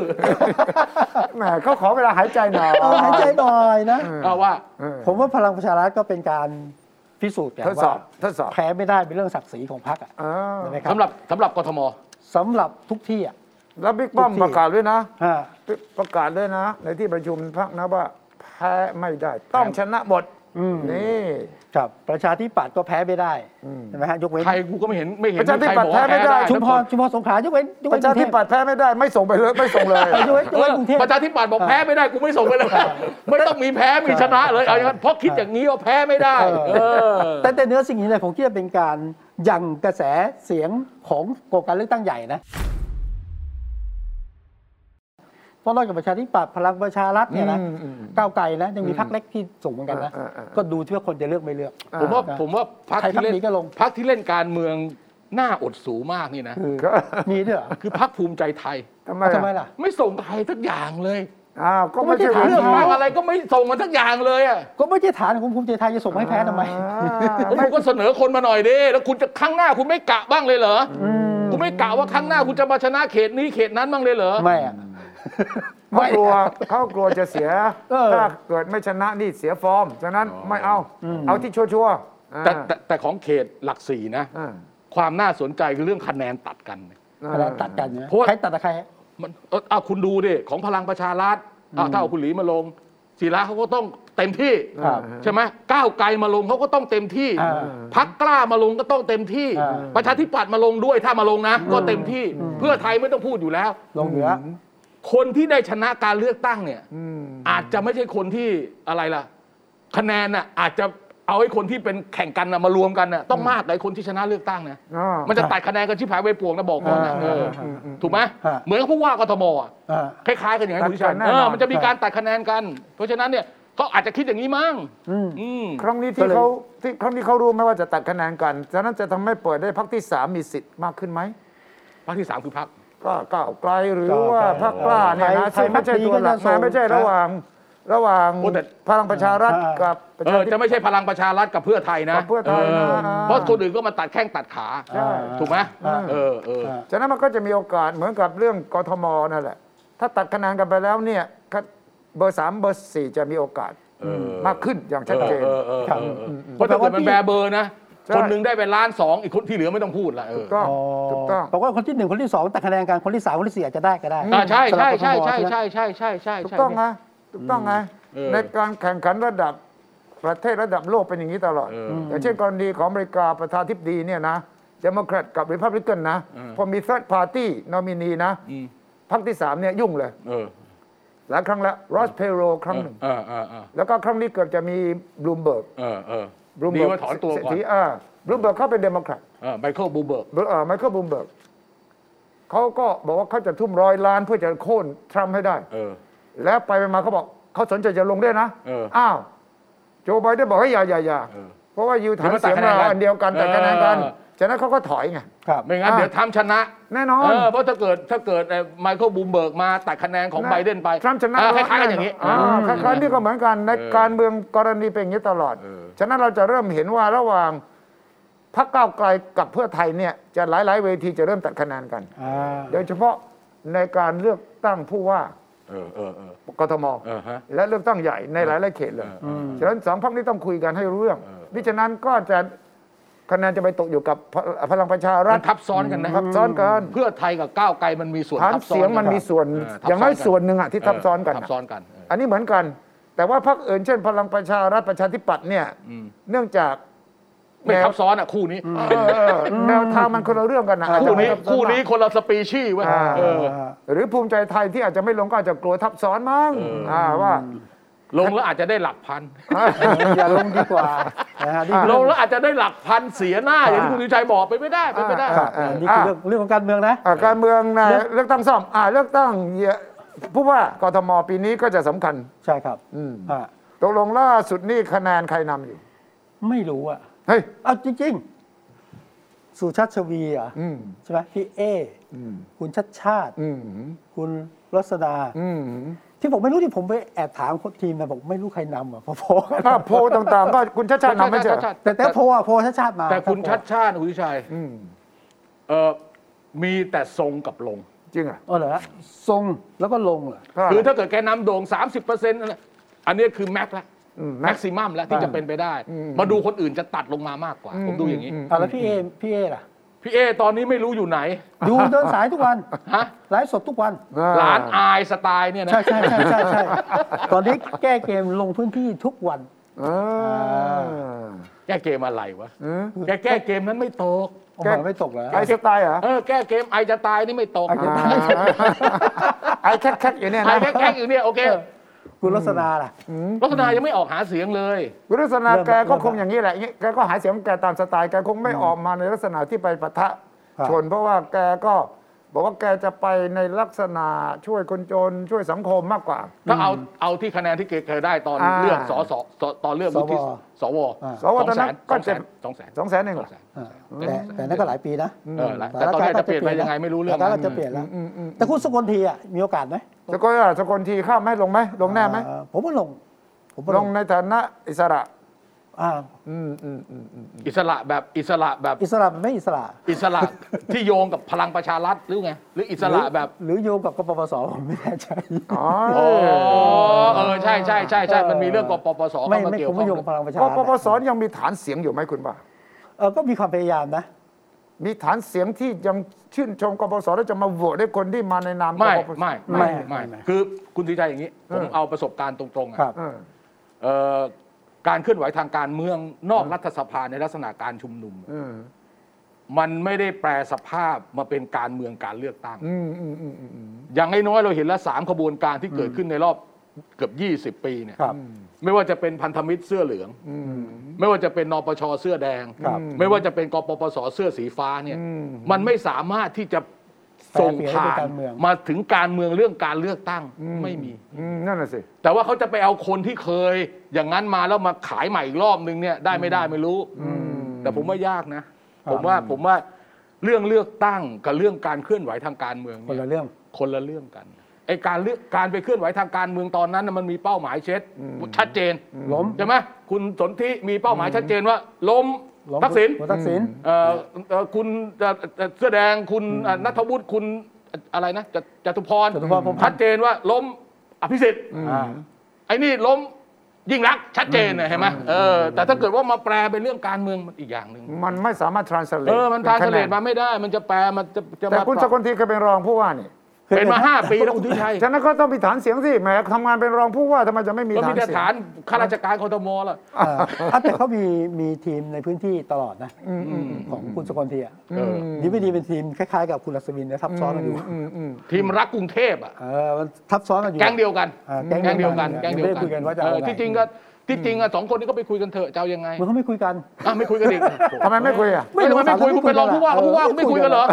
แหมเขาขอเวลาหายใจหน่อย
เอาหายใจหน่อยนะ
เอาว่า
ผมว่าพลังประชารัฐก็เป็นการพิสูจน์แก่
ทดสอบ
ว่า
ทดสอบ
แพ้ไม่ได้เป็นเรื่องศักดิ์ศรีของพรรคอะ
อ่า
ใช่ไหมครับ
สำหรับสำหรับกทม
สำหรับทุกที่อ่ะ
แล้วบิ๊กป้อมประกาศด้วยนะ
ฮะ
ประกาศด้วยนะ ในที่ประชุมพักนะว่าแพ้ไม่ได้ ต้องชนะหมดนี่
ครับประชาธิปัตย์ก็แพ้ไม่ได้ใช่ไหมฮะยกเว้น
ใครกูก็ไม่เห็นไม่เห็น
ประชาธิ
ใคร
ปัต
บอ
ย์
กว่า
แพ้ไม่ได้
ชุมพรชุมพรสงขลายกเว้นยก
ป
เว้น
ระ
ก
ชา
รุงเท
ธิ
พ
ปัตย์แพ้ไม่ได้ไม่ส่งไปเลยไม่ส่งเลย
ยกเว้นยก
เอ
เว้
อน
กรุงเทพ
ประชาธิปัตย์บอกแพ้ไม่ได้กูไม่ส่งไปเลย ไม่ต้องมีแพ้มีชนะเลยเอาอย่างนั้นเพราะคิดอย่างนี้ว่าแพ้ไม่ได้ เออ
แต่แต่เนื้อสิ่งนี้เลยผมคิดว่าเป็นการยังกระแสเสียงของโกการเลือกตั้งใหญ่นะเพราะนอกจากประชาธิปัตย์พลังประชารัฐเนี่ยนะ
อืมอืม
ก้าวไกลนะยังมีพรรคเล็กที่ส่งเหมือนกันนะ
อ่าอ่าอ่า
ก็ดูที่ว่าคนจะเลือกไม่เลือก
ผมว่า
อ่า
ผมว่าพัก
ใครพรรค
ที่เล่น
นี้ก็ลง
พักที่เล่นการเมืองหน้าอดสูมากนี่นะ
คือมีด้วยเหรอ
คือพักภูมิใจไทย
ทำไม
ทำไมล่ะ
ไม่ส่งใครสักอย่างเลย
อ้าวก็ไม่ใช่
ก็
เว
ไม่ได้ถาม
เรื่อง
ที
มากอะไรก็ไม่ส่งมาสักอย่างเลยอ่ะ
ก็ไม่ใช่ฐานของภูมิใจไทยจะส่งให้แพ้ทำไม
อ่า
แล้ว
ไม่
คุณก็เสนอคนมาหน่อยดิแล้วคุณจะครั้งหน้าคุณไม่กะบ้างเลยเหรออคุณไม่กะว่าครั้งหน้าคุณจะมาชนะเขตนี้เขตนั้นบ้างเลยเหรอ
ไม่อะ
เขากลัวเขากลัวจะเสีย
เออ
ถ้าเกิดไม่ชนะนี่เสียฟอร์มฉะนั้นไม่เอาเอาที่ชัวร์ๆอ่า
แต่แต่แต่ของเขตหลักสี่นะ
อ่า
ความน่าสนใจคือเรื่องคะแนนตัดกัน
อะไรตัดกันนะ
เพราะว่า
ใครตัดกับใครฮะ
มันเอออ้าวคุณดูดิ ของพลังประชารัฐอ้าวถ้าเอาคุณหลีมาลงศิระเขาก็ต้องเต็มที่
ครับ
ใช่ไหมก้าวไกลมาลงเขาก็ต้องเต็มที่
อ่า
พักกล้ามาลงก็ต้องเต็มที่
อ่า
ประชาธิปัตย์มาลงด้วยถ้ามาลงนะ ก็เต็มที่ เพื่อไทยไม่ต้องพูดอยู่แล้ว
ลงเหนือ
คนที่ได้ชนะการเลือกตั้งเนี่ย
อืม
อาจจะไม่ใช่คนที่อะไรล่ะ คะแนนน่ะอาจจะเอาไอ้คนที่เป็นแข่งกันน่ะมารวมกันน่ะต้องมากกว่าไอ้คนที่ชนะเลือกตั้งนะ
อ่ามั
มันจะตัดคะแนนกันชิบหายไปป่วงนะบอกก่อนนะเอออถูกไหมเหมือนกับผู้ว่ากทมอ่ะ
อ่า
คล้ายๆกันอย่างนั้น
ตัด
คุณชัย
กันแน่
เอนอ
อน
มันจะมีการตัดคะแนนกัน เพราะฉะนั้นเนี่ยเขาอาจจะคิดอย่างนี้มั้ง
อืม
อืม
ครั้งนี้
ก็
ที่
เลย
เขาที่ครั้งนี้เขารู้ไหมว่าจะตัดคะแนนกัน ฉะนั้นจะทำให้เปิดได้พักที่สามมีสิทธิ์มากขึ้นไหม
พรรคที่สามคือพรรค
ก็ก้าวไกลหรือ
ก้าวไกล
ว่าพรรคกล้าเนี่ยนะ
ไทย
ซึ่งไม่ใช่ตัวหลัก
ไทยพักดีก็จะส่
มาง ไม่ใช่ระหว่าง ระหว่าง
โอ้แต่
พลังประชารัฐ
อ่า
กับประ
เอ
ชา
อ
ธิ
จะ
ปัตย์
ไม่ใช่พลังประชารัฐกับเพื่อไทยนะ
กับเพื่อไทยนะอ่า
เพราะคนอื่นก็มาตัดแข้งตัดขา
ใช่
ถูกไหม
อ่า
เออเออ
อ่า
ฉะนั้นมันก็จะมีโอกาสเหมือนกับเรื่องกทมนั่นแหละ ถ้าตัดคะแนนกันไปแล้วเนี่ยก็เบอร์สามเบอร์สี่จะมีโอกาส
เออ
มากขึ้นอย่างชัดเจน
เออเออ
ครับ
เออเออ
อืมอืม
เพราะถ้าเกิดมัน
แป
แบ
ลว่าที่
ร์เบอร์นะ
ใช่
คนหนึ่งได้ไปล้านสองอีกคนที่เหลือไม่ต้องพูดละเออ
ก็
อ๋อ
ถูกต้อง
แปลว่าคนที่หนึ่งคนที่สองตัดคะแนนกันคนที่สามคนที่สี่อาจจะได้ก็ได้
อ่าใช่ใช่ใช่
สำหรับกทม
ใช่
ไหม
ใช่ใช่ใช่ใช่
ถูก
ใช่
ต้องนะถูกต้องไง
เออ
ในการแข่งขันระดับประเทศระดับโลกเป็นอย่างนี้ตลอด
เอออื
อย่างเช่นกรณีของอเมริกาประธานาธิบดีเนี่ยนะ เดโมแครตกับริพับลิกันนะ
อืม
พอมี Third Party n o m i n e e นะ
อืม
พรรคที่สามเนี่ยยุ่งเลย
เออ
หลายครั้งแล้วรอสเพโรครั้งหนึ่ง
เออเออเออ
แล้วก็ครั้งนี้เกือบจะมีบลูมเบิร์ก
เออเออบ
ลูม
ดี
เบิร์ก
ว่าถอนตัวก่อน
อ่าบลูมเบิร์กเขาเป็นเดโมแครต
เออไมเคิลบูเบิร์ก
ไมเคิลบลูมเบิร์กเขาก็บอกว่าเขาจะทุ่มร้อยล้านเพื่อจะโค่นทรัมป์ให้ได้
เออ
แล้วไปไปมาเขาบอกเขาสนใจจะลงด้วยนะ
เออ
อ้าวโจไบเดนบอกให้อย่าอย่าอย่า
เออ
เพราะว่ายูฐานเสียง
เดี๋ยวมันแตกคะแนนกั
เรา
น
อันเดียวกัน
เออ
แต่คะแนนกันฉะนั้นเขาก็ถอยไง
ครับ
ไม่งั้น
อ่ะ
เดี๋ยวทำชนะ
แน่นอน
เออเพราะถ้าเกิดถ้าเกิดไมเคิลบูมเบิร์กมาตัดคะแนนของ
นะ
ไบเดนไป
ทรัมป์ชนะ
เออคล้ายๆกันอย่างนี้
นี้คล้ายๆนี่ก็เหมือนกันใน
เออ
การเมืองกรณีเป็นอย่างนี้ตลอด
เออ
ฉะนั้นเราจะเริ่มเห็นว่าระหว่างพรรคก้าวไกลกับเพื่อไทยเนี่ยจะหลายๆเวทีจะเริ่มตัดคะแนนกัน
อ่า
โดยเฉพาะในการเลือกตั้งผู้ว่า
เออเออเออก
ทม
เออฮะ
และเลือกตั้งใหญ่ในหลายๆเขตเลย
เออ
อืม
ฉะนั้นสองพรรคนี้ต้องคุยกันให้รู้เรื่อง
เออ
มิฉะนั้นก็จะคะแนนจะไปตกอยู่กับพพลังประชารั
มั
ฐ
นทับซ้อนกันนะ
ทับซ้อนกัน
เพื่อไทยกับก้าวไกลมันมีส่วน
ฐาน
ทับซ้อ
เสียงมันมีส่วน
เทับ
อย่างน้อยส่วนหนึ่งอะที่ทับซ้อนกัน
เทั
อะ
บซ้อนกันเออ
อันนี้เหมือนกัน แต่ว่าพรรคอื่นเช่น พลังประชารัฐประชาธิปัตย์เนี่ย
อืม
เนื่องจาก
ไม่ทับซ้อนอ่ะคู่นี้
เออเออแนวทางมันคนละเรื่องกันนะอาจ
คู่
จะไม่
นี้
ทับซ้อ
คู่
มาก
นี้คนละสปีชีส์เว้ย
อ่า
เออ
หรือภูมิใจไทยที่อาจจะไม่ลงก็อาจจะกลัวทับซ้อนมั้ง
เอออ่
่าว่า
ลงแล้วอาจจะได้หลักพัน
อย่าลงดีกว่านะฮะนี่
ลงแล้วอาจจะได้หลักพันเสียหน้า อย่างที่คุณวิชัยบอกไปไม่ได้ไปไม่ได้
ครับ
อ่า
นี่คือเรื่องเรื่องของการเมืองนะ
อ่าการเมืองนะเลือกตั้งซ่อมอ่าเลือกตั้งเยอะผู้ว่ากทมปีนี้ก็จะสำคัญ
ใช่ครับ
อืม
อ่า
ตกลงล่าสุดนี่คะแนนใครนำอยู่
ไม่รู้อ่ะ
เฮ้ย
เอาจริง ๆ สุชาติชวีเหรอ่ะ
อืม
ใช่ไหมพี่เอ
อืม
คุณชัดชาติ
อืม
คุณรสดา
อืม
ที่ผมไม่รู้ที่ผมไปแอบถามคนทีมนะผมไม่รู้ใครนำอ่ะพอๆกัน
ถ้าโพลต่างๆ ก็คุณชาติชาตินำไม่ใช่เหรอ
แต่แต่โพลอ่ะโพลชัดชาติมา
แต่คุณ
รับ
ชัดชาติคุณวิชัย
อืม
เออมีแต่ทรงกับลง
จริงเหรอ่ะ
อ๋อเหรอฮะทรงแล้วก็ลงเหรอ
คือถ้าเกิดแกนำโด่ง 30%นั่นแหละอันนี้คือแม็กแล้ว
แม็
แม็
ก
ก
ซ์
ซิมัมแล้วที่จะเป็นไปได้
อืม
มาดูคนอื่นจะตัดลงมามากกว่า ผมดูอย่างนี้
อ่ะแล้วพี่เอพี่เอล่ะ
พี่เอตอนนี้ไม่รู้อยู่ไหน
ดูเดินสายทุกวัน
ฮะ
ไลฟ์สดทุกวัน
ร้านอายสไตล์เนี่ยนะ
ใช่ใช่ใช่ใช่ใช่ ตอนนี้แก้เกมลงพื้นที่ทุกวัน
อ่า
แก้เกมอะไรวะ
อืม
แกแก้เกมนั้นไม่ตก
โอ้โหไม่ตกแล้ว
ไอสไตล์เหรอ
เออแก้เกมไอจะตายนี่ไม่ตก
ไอจะตาย
อ่าไอ แคกๆอยู่เนี่ย
ไอ
นะ
แก้แก้อยู่เนี่ยโอเค
คุณลักษณาล่ะ
รัฐนายังไม่ออกหาเสียงเลย
คุณลักษณะแกก็
เริ่มละ
คงอย่างนี้แหละอย่างงี้แกก็หาเสียงของแกตามสไตล์แกคงไม่ออกมาในลักษณะที่ไปปะทะ
ครับ
ชน เพราะว่าแกก็บอกว่าแกจะไปในลักษณะช่วยคนจนช่วยสังคมมากกว่า
ถ้าเอาเอาที่คะแนนที่เคยได้ตอน
อ่า
เลือกสสสตอนเลือกวุฒิสว
สวตอนนั้นก็
ส
เจ็
อง
บ
สองแสน
สองแสนเองเหร
ส
อ
องแสน
อ่าแต่แต่นั่นก็หลายปีนะ
เออหลายแต่ตอนนี้จะเปลี่ยนไปยังไงไม่รู้เรื่อง
แต่
นะ
ก็จะเปลี่ยนแล้ว
อืมอืมอืม
แต่คุณสกลทีอ่ะมีโอกาสไหม
สกลอ่ะสกลทีข้ามไหมลงไหมลงแน่ไหม
อ่าผมว่าลง ผมว่า
ล
ล
ง
ง
ในฐานะอิสระ
อ่า
อืมอืมอืมอืม
อิสระแบบอิสระแบบ
อิสระไม่อิสระ
อิสระที่โยงกับพลังประชารัฐหรือไงหรืออิสระแบบ
หรือโยงกับกปปสผมไม่แน่ใจ
อ๋อ
อ๋อเออใช่ใช่ใช่ใช่มันมีเรื่องกปปส
ไม่
เข้ามา
ไม่
เกี่ย
ผม
วข้อ
ไม่โยงกับพ
ง
ลังประชา
ก็
รัฐ
ปปสยังมีฐานเสียงอยู่ไหมคุณป่า
เออก็มีความพยายามนะ
มีฐานเสียงที่ยังชื่นชมกปปสแล้วจะมาโหวตให้คนที่มาในนามก
ไม่
ปปส
ไม่
ไม่
ไม่ไม่
ไม่
คือคุณธีชัยอย่างนี้ ผมเอาประสบการณ์ตรงๆอะ
ครับ
เออ
เอ่อการเคลื่อนไหวทางการเมืองนอกรัฐสภาในลักษณะการชุมนุม
อืม
มันไม่ได้แปลสภาพมาเป็นการเมืองการเลือกตั้ง
อืมอืมอืมอืม
อย่างน้อยๆเราเห็นแล้วสามขบวนการที่เกิดขึ้นในรอบเกือบ 20 ปีเนี่ย
ครับ
ไม่ว่าจะเป็นพันธมิตรเสื้อเหลือง
อืม
ไม่ว่าจะเป็นนปชเสื้อแดง
ครับ
ไม่ว่าจะเป็นกปปสเสื้อสีฟ้าเนี่ย
อืม
มันไม่สามารถที่จะส่งผ่าน
แปลเปลี่ยนให้เป็นการเมือง
มาถึงการเมืองเรื่องการเลือกตั้งไม่มี
อืมนั่นน่ะสิ
แต่ว่าเขาจะไปเอาคนที่เคย อย่างนั้นมาแล้วมาขายใหม่อีกรอบนึงเนี่ยได้ไม่ได้ไม่รู้ แต่ผมว่ายากนะ ผมว่าผมว่าเรื่องเลือกตั้งกับเรื่องการเคลื่อนไหวทางการเมือง
คนละ
เนี่ย
เรื่อง
คนละเรื่องกันไอการเลือกการไปเคลื่อนไหวทางการเมืองตอนนั้นน่ะมันมีเป้าหมายเช็ดชัดเจน
ล้ม
ใช่ไหมคุณสนธิมีเป้าหมายชัดเจนว่า ล้มทักษิณ
คุณทักษิณ
เอ่อเอ่อคุณเอ่อเอ่อเสื้อแดงคุณเอ่อนัทวุฒิคุณเอ่ออะไรนะจจตุพร
จตุพรพรหมพันธุ์
ชัดเจนว่าล้มอภิสิทธิ์
อ่า
ไอ้นี่ล้มยิ่งรักษณ์ชัดเจนนะเห็นไหมเออแต่ถ้าเกิดว่ามาแปลเป็นเรื่องการเมืองมันอีกอย่างหนึ่ง
มันไม่สามารถ translate
เออมันทาน
ป็
เส
คะแ
ลดมาไม่ได้ มันจะแปลมันจะจะ
แต่
มา
คุณสกลทีเคยเป็นรองผู้ว่านี่
เป็นมาห้าปีแล้วคุณทิชัย
ฉะนั้นก็ต้องมีฐานเสียงสิแหมทำงานเป็นรองผู้ว่าทำไมจะไม่มี
ก็
ฐา
มี
น
แต่
เสีย
ฐาง นข้าราชการคอตมล่ะ
เอ่ออ่ะแต่เขามีมีทีมในพื้นที่ตลอดนะของคุณสกลทีอ่ะ
เออ
ดีไม่ดีเป็นทีมคล้ายๆกับคุณลักษมินนะทับซ้อนกันอยู่
อืมอืม
ทีมรักกรุงเทพอ่ะ
เออมันทับซ้อนกันอยู่
แก๊งเดียวกัน
อ่า
แก๊งเดียวกัน
เ
แก๊ง
ไม่
เดียว
ได้
กั
คุยกันว่าจะ
เอ
เอา
อ
ไง
ที่จริงก็ที่จริงอ่ะสองคนนี้ก็ไปคุยกันเถอะจะเอายังไง
มันก็ไม่คุยกัน
อ่ะไม่คุยกันอีก
ทำไมไม่คุยอ่ะ
ไม่ทำไมไม่คุยคุณเป็นรองผู้ว่ากับผู้ว่าคุณไม่คุยกันเหรอ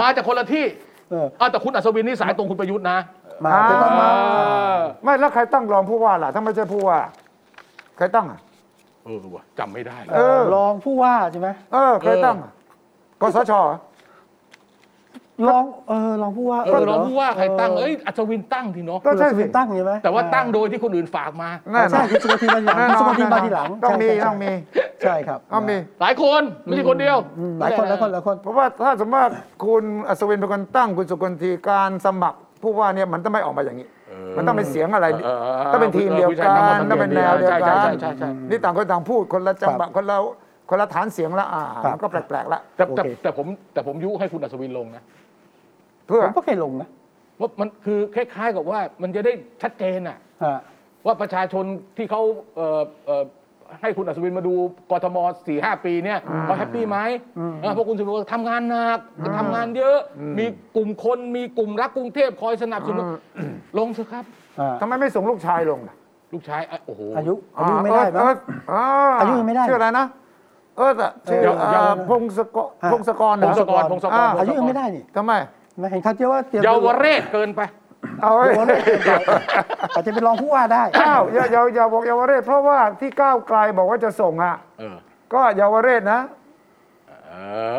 มาจากคนละที่
เออ
เอาแต่คุณอัศวินนี่สายตรงคุณประยุทธ์นะ
มา
อ่า
จะต้องมา
ไม่แล้วใครตั้งรองผู้ว่าล่ะถ้าไม่ใช่ผู้ว่าใครตั้งอ่ะ
เออว่ะจำไม่ได้เลย
เอ
เอ่อรองผู้ว่าใช่ไหม
เออใครตั้งอ่ะกสชเหรอ
รองเออรองผู้ว่า
เออรองผู้ว่าใครตั้งเอ้ยอัศวินตั้งทีเนาะ
ก็
ก็
ใช่
ใช่
สิ
สิตั้งใช่ไหม
แต่ว่าตั้งโดยที่คนอื่นฝากมา
แน่นอน
ใช่คุณสกลทีมาทีหลังคุ
แน่
ณ
น
ส
อก
ล
น
ทีมาทีหลัง
ต้องมี
ใช่ใช่
ต้องมี
ใช่ครับ
ต้องมี
หลายคนไม่ใช่คนเดียว
อืมหลายคนหลายคนหลายคน
เพราะว่าถ้าสมมติว่าคุณอัศวินเป็นคนตั้งคุณสุกลทีการสมัครผู้ว่าเนี่ยมันต้องไม่ออกมาอย่างนี้ มันต้องเป็นเสียงอะไร
เออเออเออ
ต้องเป็นทีมเดียว
ผู้
กัน
ชายน้ำมัน
ต้องเป็นแนวเดียวกั
ใช่
น
ใช่ใช่ใช่
นี่ต่างคนต่างพูดคนละจังหวะคนละคนละฐานเสียงละอ่า
ครับ
มันก็แปลกๆละ
แต่แต่
โอเค
แต่ผมแต่ผมยุให้คุณอัศวินลงนะ
เพื่อ
ผมก็เคยลงนะ
ว่ามันคือคล้ายๆกับว่ามันจะได้ชัดเจนอะ
อ่า
ว่าประชาชนที่เขาเอ่อเอ่อให้คุณอัศวินมาดูกทมสี่ห้าปีเนี่ยเขาแฮปปี้ไหมเออเพราะคุณอัศวินบอกทำงานหนักทำงานเยอะ มีกลุ่มคนมีกลุ่มรักกรุงเทพคอยสนับสนุนลงสิครับ
อ่า
ทำไมไม่ส่งลูกชายลงล่ะ
ลูกชายอ่ะโอ้โห
อายุอายุไม่ได้ไหม
เออเออเอา
ยุยังไม่ได้
ชื่ออะไรนะเออแต่ชื่อ
เออ
เอ่อพงศกร
อ่ะ
พงศกรเหร
พงศกร
อ
พงศกร
อ่า
อายุยังไม่ได้นี่
ทำไม
เห็นเขาเจ้าว่าเตรียม
เยาวเรศเกินไป
เอาไว้
เยาวเรศเตรียมไปอาจจะเป็นรองผู้ว่าได้
อ้าวอย่าอย่าอย่าบอกเยาวเรศเพราะว่าที่ก้าวไกลบอกว่าจะส่งอ่ะ
เออ
ก็เยาวเรศนะ
เอ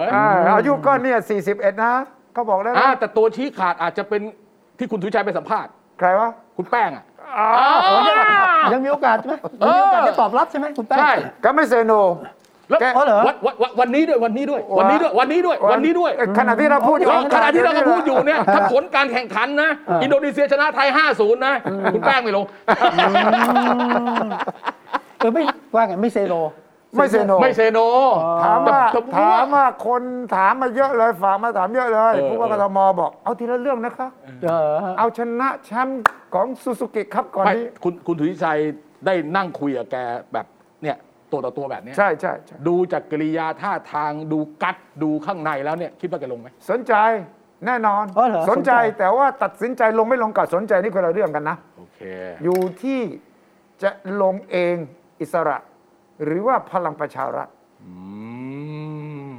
ย
อ่าอายุก็เนี่ย41 นะเขาบอกแล้ว
อ่า
นะ
แต่ตัวชี้ขาดอาจจะเป็นที่คุณทุชัยไปสัมภาษณ์
ใครวะ
คุณแป้งอ่ะ
อ้าว
ยังมีโอกาสใช่ไหมยังมีโอกาสได้ตอบรับใช่ไหมคุณแป้ง
ใช่
ก็ไม่เซโน
แล้ว
แก
อ๋อเหรอ
วันวันวันวันนี้ด้วยวันนี้ด้วย วันนี้ด้วย วันนี้ด้วย วันนี้ด้วย
เอ้ขณะที่เราพูดอยู่
แล้วขณะที่เราก็พูดอยู่เนี่ย ถ้าผลการแข่งขันนะ อินโดนีเซียชนะไทย 5-0 นะ คุณแป้งไม่ลง
เออไม่ว่าไงไม่เซโล
ไม่เซโน
ไม่เซโน
ถามว่า
แต่
ถามว่าคนถามมาเยอะเลยฝากมาถามเยอะเลยผู้ว่ากทมบอกเอาทีละเรื่องนะคะ
เออ
เอาชนะแชมป์ของซูซูกิครับก่อน
ไม่
นี้
คุณคุณทุชัยได้นั่งคุยกับแกแบบเนี่ยตัวต่อตัวแบบเนี้ย
ใช่ใช่ใช่
ดูจากกิริยาท่าทางดูกัดดูข้างในแล้วเนี่ยคิดว่าแกลงไหม
สนใจแน่นอน
อ๋อเหรอ
สนใจ
สนใจ
แต่ว่าตัดสินใจลงไม่ลงกับสนใจนี่คนละเรื่องกันนะ
โอเค
อยู่ที่จะลงเองอิสระ หรือว่าพลังประชารัฐ
อื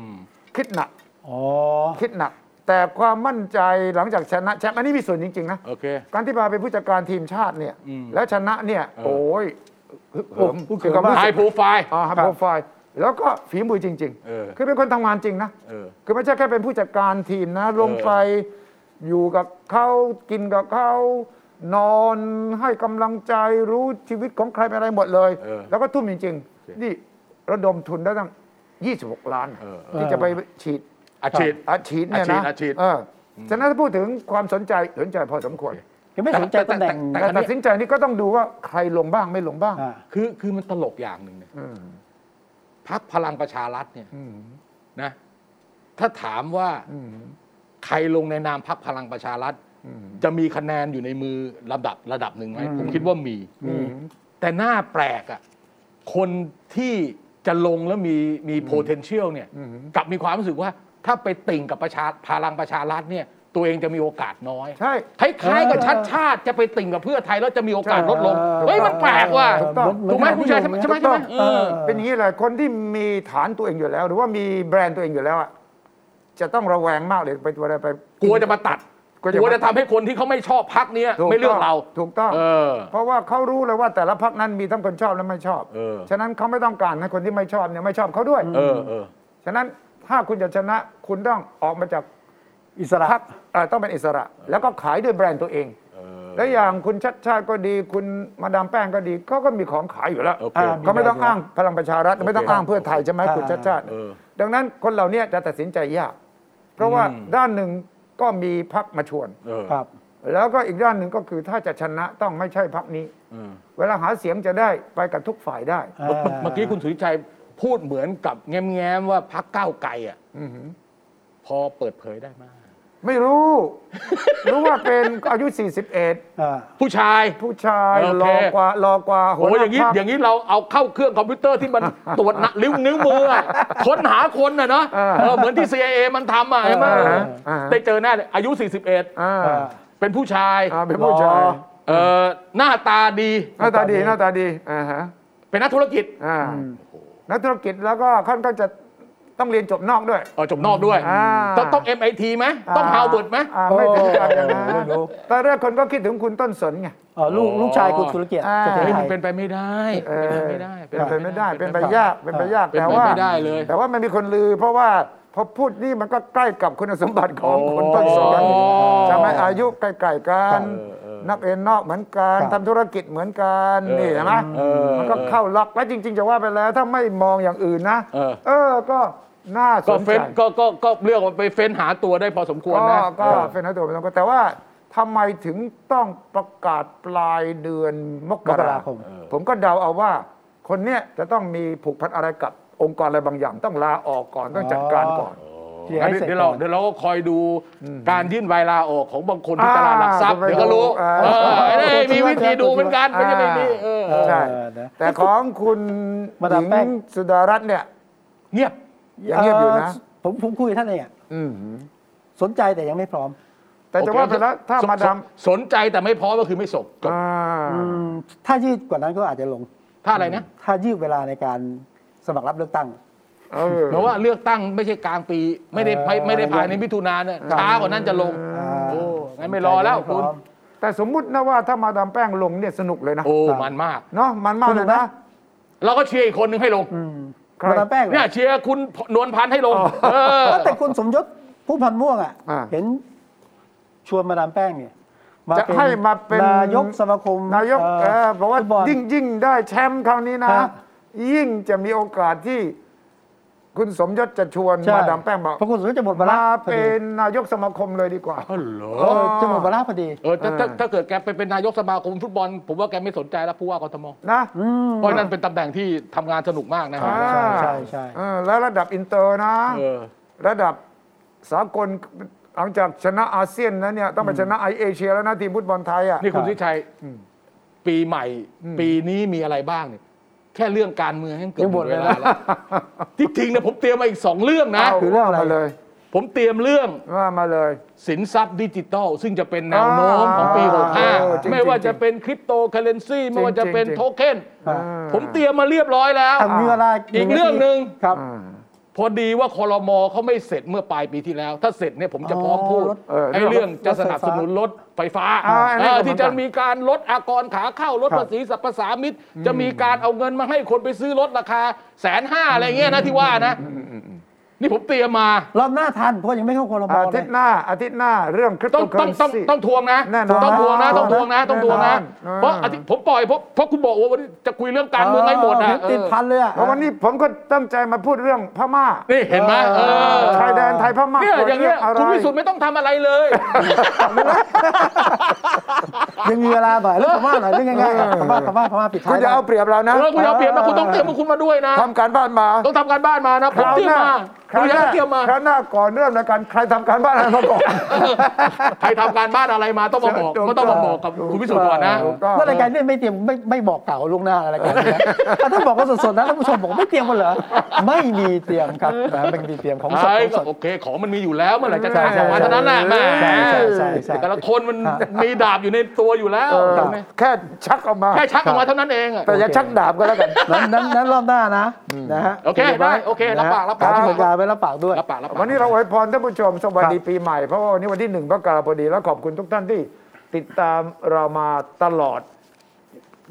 ม
คิดหนัก
อ๋อ
คิดหนัก แต่ความมั่นใจหลังจากชนะแชมป์อันนี้มีส่วนจริง ๆ นะ
โอเค
การที่มาเป็นผู้จัดการทีมชาติเนี่ย
อืม
แล้วชนะเนี่ย
เออ
โอ้ยฮึกเหิม
พูดเขิ
คื
น
อความรู้
ไฮ
สึก
โปรไฟล์
อ่าไฮโปรไฟล์แล้วก็ฝีมือจริง
เออ
คือเป็นคนทำงานจริงนะ
เออ
คือไม่ใช่แค่เป็นผู้จัดการทีมนะ ลงไปอยู่กับเขากินกับเขานอนให้กำลังใจรู้ชีวิตของใครเป็นอะไรหมดเลย
เออ
แล้วก็ทุ่มจริง ๆ นี่ระดมทุนได้ตั้ง 26 ล้าน
เออ
ที่จะไปฉีด
อาชีพ
อาฉีดเนี่ยนะ
อาชีพอาชีพ
เออฉะนั้นถ้าพูดถึงความสนใจสนใจพอสมควร
ยังไม่สนใจตำแหน่ง
แต่
การตัดสินใจนี่ก็ต้องดูว่าใครลงบ้างไม่ลงบ้าง
อ่า
คือคือมันตลกอย่างหนึ่งเนี่ยพักพลังประชารัฐเนี่ยนะ ถ้าถามว่าใครลงในนามพักพลังประชารัฐจะมีคะแนนอยู่ในมือระดับระดับหนึ่งไหมผมคิดว่ามี แต่หน้าแปลกอะ่ะคนที่จะลงแล้วมีมี potential เนี่ย กลับมีความรู้สึกว่า ถ้าไปติ่งกับประชาพลังประชารัฐเนี่ย ตัวเองจะมีโอกาสน้อย
ใช่
คล้ายๆกับชัดชาติจะไปติ่งกับเพื่อไทยแล้วจะมีโอกาสลดลง
ใช่
เฮ้ยมันแปลกว่ะ
ถูกต้อง
ถูกไหมคุณชายใช่ไหมใช่ไหม
ถูกต้
ใช่ไห
อ
ม
ง
เออ
เป็นอย่างนี้แหละคนที่มีฐานตัวเองอยู่แล้ว หรือว่ามีแบรนด์ตัวเองอยู่แล้วอะจะต้องระแวงมากเลยไปเวลาไป
กลัวจะมาตัด
กลัวจะ
กลัวจะทำให้คนที่เขาไม่ชอบพักนี้ย
ถูก
ไม่เลือกเรา
ถูกต้อง
เออ
เพราะว่าเขารู้เลยว่าแต่ละพักนั้นมีทั้งคนชอบและไม่ชอบ
เออ
ฉะนั้นเขาไม่ต้องการให้คนที่ไม่ชอบเนี่ยไม่ชอบเขาด้วย
เออเออ
ฉะนั้นถ้าคุณจะชนะคุณต้องออกมาจาก
อิสระ
พักต้องเป็นอิสระ แล้วก็ขายด้วยแบรนด์ตัวเอง และอย่างคุณชัดชาติก็ดี คุณมาดามแป้งก็ดีเขาก็มีของขายอยู่แล้ว
โอเค
อ่
เขาไม่ต้องอ้างพลังประชารัฐไม่ต้องอ้างเพื่อไทยใช่ไหม
อ่า
คุณชาติชาติ
เออ
ดังนั้นคนเหล่านี้จะตัดสินใจยาก เพราะว่าด้านหนึ่งก็มีพักมาชวน
เออ
ครับ
แล้วก็อีกด้านหนึ่งก็คือถ้าจะชนะต้องไม่ใช่พักนี้
เออ
เวลาหาเสียงจะได้ไปกับทุกฝ่ายได้
อ่า
เมื่อเมื่อกี้คุณสุริชัยพูดเหมือนกับแง้มๆว่าพักก้าวไกลอ่ะพอเปิดเผยได้มาก
ไม่รู้ รู้ว่าเป็นอายุ 41
อ่า
ผู้ชาย
ผู้ชาย
โอ
ร
เค
อกว่า รอกว่าหัว
โอ้
ห
ยอย่าง
น้า
นี้
พรรค
อย่างนี้เราเอาเข้าเครื่องคอมพิวเตอร์ที่มัน ตรวจนะลิ้วนิ้วมืออะค้นหาคนน่ะเนาะเออเหมือนที่ CIA มันทำอ่ะใช่ไหม
อ่าฮะอ่าฮะ
ได้เจอแน่เลยอายุ 41 เ
อ่า
อ่า
ป็นผู้ชาย
อ่าเป็นผู้ชาย
รอ
เออหน้าตาดี
หน้าตาดีหน้าตาดีอ่าฮะ
เป็นนักธุรกิจ
อ่านักธุรกิจแล้วก็ค่อนข้างจะต้องเรียนจบนอกด้วย
เออจบนอกด้วย
อ่า
ต้องต้อง MIT ไหมต้อง Harvard ไหม
อ่าไม่ถึงกับอย่าง
โอ้ไม่
นั้น
รู้
ตอนแรกคนก็คิดถึงคุณต้นสนไง
เอ่อลูกลูกชายคุณสุรเกียรติ
อ่า
เสถียร
เฮ้ย
ไท
มัน
ย
เป็นไปไม่ได้
เอ
เป็นไป
อ
ไม่ได้
เป็นไปไม่ได้ เป็นไป
ม่ด้
ยาก เป็นไปยาก
เป็น
แต่
ไป
ว่า
ไม่ได้เลย
แต่ว่ามันมีคนลือ เพราะว่าพอพูดนี่มันก็ใกล้กับคุณสมบัติของคนต้นสน
อ๋อ
จะไหม่อายุใกล้ๆกัน นักเรียนนอกเหมือนกัน
ครับ
ทำธุรกิจเหมือนกันนี่เห็นไหมมันก็เข้าล็อกแล้วจริง ๆ จะว่าไปแล้วถ้าไม่มองอย่างอื่นนะ
เออ
เออก็น่าส
ก็
นใจ
เฟ้นก็ก็ก็เลือกว่าไปเฟ้นหาตัวได้พอสมควร
ก็
นะ
ก็เป็นนักตัวเป็นตัวแต่ว่าทำไมถึงต้องประกาศปลายเดือนมก
มก
รา
รา
ค
ค
ม
ม
ผมก็เดาเอาว่า คนเนี้ยจะต้องมีผูกพันอะไรกับองค์กรอะไรบางอย่าง ต้องลาออกก่อนต้องจัดการก่อน
เคลียร์
งั้น
ให้สจ
เดี๋ยว
ก่
เรา
อน
เดี๋ยวเราก็คอยดูการยื่นใบลาออกของบางคนที่
อ่า
ตลาดหลักทรัพย์
ไปดู
เดี๋ยวก็รู้
อ่า
เออเอ้ยมีวิธีดูเหมือนกันไม่ใช่ไม่มี
อ่า
เออ
เออ
ใช่
นะ
แต่ของคุณ
มา
ห
ดาม
ญิง
แป้ง
สุดารัตน์เนี่ย
เงียบ
ยังเงียบอยู่นะ
เผมผมคุยกับท่านเองอะสนใจแต่ยังไม่พร้อม
แต่จะว่าไปแล้วถ้า
สน
มาดาม
สนใจแต่ไม่พร้อมก็คือไม่ส่งจบ
อ่า
อืมถ้ายืดกว่านั้นก็อาจจะลง
ถ้าอะไรนะ
ถ้ายืดเวลาในการสมัครรับเลือกตั้ง
เออ
เพราะว่าเลือกตั้งไม่ใช่กลางปีไม่ได้ไม่ไม่ได้ภายในมิถุนาเนี่ยช้ากว่านั้นจะลง
อ่า
โอ้งั้นไม่รอแล้วคุณ
แต่สมมุตินะว่าถ้ามาดามแป้งลงเนี่ยสนุกเลยนะ
โอ้มันมาก
เนาะมันมากเลยนะ
เราก็เชียร์อีกคนหนึงให้ลง
ใคร
มาดามแป้งเหรอ
เนี่ยเชียร์คุณนวลพันธ์ให้ลงเออ
เออแต่คุณสมยศผู้พันม่วงอ่ะ
อ่า
เห็นชวนมาดามแป้งเนี่ยมา
จะ
เป็น
ให้มาเป็น
นายกสมาคม
นายก
เ
เออบอกว่า
ฟุตบอล
ยิ่งยิ่งได้แชมป์คราวนี้นะ
ฮะ
ยิ่งจะมีโอกาสที่ คุณสมยศจะชวน
ใช่
มาดามแป้งบอก
เพราะคุณสมยศจะหมดวาระ
มา
พอ
เป็
ดี
นนายกสมาคมเลยดีกว่า
เออเหรอ
เออจะหมดวาระพอดี
เออถ้าถ้าถ้าเกิดแกไปเป็นนายกสมาคมฟุตบอล ผมว่าแกไม่สนใจแล้วผู้ว่ากทม
นะ
เพราะนั่นเป็นตำแหน่งที่ทำงานสนุกมากนะฮะ
ใช่
อ่า
ใช่ใช่
เออแล้วระดับอินเตอร์นะ
เออ
ระดับสากลหลังจากชนะอาเซียนนะเนี่ยต้องไปชนะไอเอเชียแล้วนะทีมฟุตบอลไทยอ่ะ
นี่คุณทิชัยปีใหม่ ปีนี้มีอะไรบ้างเนี่ยแค่เรื่องการเมืองยังเกือ
ยั
บ
ง
ห
ห
ม
ม
ด
ด
เว
เลย
ลาแล้วที่จริงนะผมเตรียมมาอีกสองเรื่องนะ
เา
คือเรื่องอะไร
มาเลย
ผมเตรียมเรื่อง
ว่ามาเลย
สินทรัพย์ดิจิทัล ซึ่งจะเป็นแนวโน้มของปี
อ่าเออจริ
65
งๆ
ไม่ว่าจะเป็นคริปโตเคอเรนซีไม่ว่าจะเป็น
จริงๆ
โทเค็น
อ่า
ผมเตรียมมาเรียบร้อยแล้ว
อ่ะมีเวลา
อีกเรื่องหนึ่ง
ครับ
อ่า
พอดีว่าคอรมอเขาไม่เสร็จเมื่อปลายปีที่แล้ว ถ้าเสร็จเนี่ยผมจะพร้อม
อ๋อ
พูด
รถ
เออ
ไอ้เรื่องจะสนับสนุนรถไฟฟ้า
อ่า
เออที่จะ
ไอ้นั่นก็เหมือนกัน
มีการลดอากรขาเข้าลด
ครับ
ภาษีสรรพสามิตจะมีการเอาเงินมาให้คนไปซื้อรถราคาแสนห้าอะไรเงี้ยนะที่ว่านะ นี่ผมเตรียมมาร
อบหน้าทันเพราะยังไม่เข้าคอรมอ
อา
เล
ทิต
ย
ย์หน้าอาทิตย์หน้าเรื่องคริป
ต้อ
โต
ง
เคอ
ต้อ
เรง น
ต้อง
ซี
ต้องทวงนะ
แน่นอน
ต้องทวงนะต้องทวงนะ
แน่นอน
ต้องทวงนะ
เออ
เพราะอาทิตย์ผมปล่อยเพราะเพราะคุณบอกว่าวันนี้จะคุยเรื่องการเมืองให้หม
ผ
ดอ่ะ
ติดพันเลยอะ
เพราะวันนี้ผมก็ตั้งใจมาพูดเรื่องพม่า
เออนี่เห็นไหมเออ
ชายแดนไทยพม่า
เนี่ยอย่างเงี้ย
กิด
คุณ
รื่ะไร
วิสุทธ์ไม่ต้องทำอะไรเลย
ยังมีเวลาหน่อยแล้วพม่าหน่อยเรื่องง่ายๆพม่าพม่าพม่าปิดท้าย
คุณจะเอาเปรียบเรานะ
เออคุณอย่าเอาเปรียบนะคุณต้องเตรียมพวกคุณมาด้วยนะ
ทำการบ้านมา
ต้องทำการบ้านมานะผมเตรียมมา
คราว
คุณ
ห
ยั
น้าง
เตรียมมา
คราวหน้าก่อนเรื่องรายการใครทำการบ้านอะไรมาก่อน
ใครทำการบ้านอะไรมาต้องมาบอก
ถูก
ก็ต้องมาบอกกับ
ถูก
คุณพิสุทธิ์ก่อนนะ
ถูกต้อง
เมื่อรายการเนี่ยไม่เตรียมไม่ไม่บอกเก่าล่วงหน้าอะไรายกันนะถ้าท่านบอกว่าสดๆนะท่านผู้ชมบอกว่าไม่เตรียมกันเหรอไม่มีเตรียมครับนะไม่มีเตรียมของสด
ไอ้
ของสด
ก็โอเค ของมันมีอยู่แล้วเมื่อไหร่จะ
ใช่
จ่ายสองวันเท่านั้นแหละแหม
ใช่ใช่
ใช่ใช่
แต่ละคนมันมีดาบอยู่ในตัวอยู่แล้ว
เออ
ใช่ไหม
แค่ชักออกมา
แค่ชักออกมาเท่านั้นเองอะ
แต่อย่าชักดาบก็แล้วกัน
นั้นนั้นนั้นรอบหน้านะนะฮะ
โอเคได้โอเครับปากรับปาก
ที่ผมกาไว้รับปากด้วย
รับปากรับปาก
วันนี้เราอวยพรท่านผู้ชมสวัสดี
ครับ
ปีใหม่เพราะว่าวันนี้วันที่หนึ่งพฤศจิกาพอดีแล้วขอบคุณทุกท่านที่ติดตามเรามาตลอด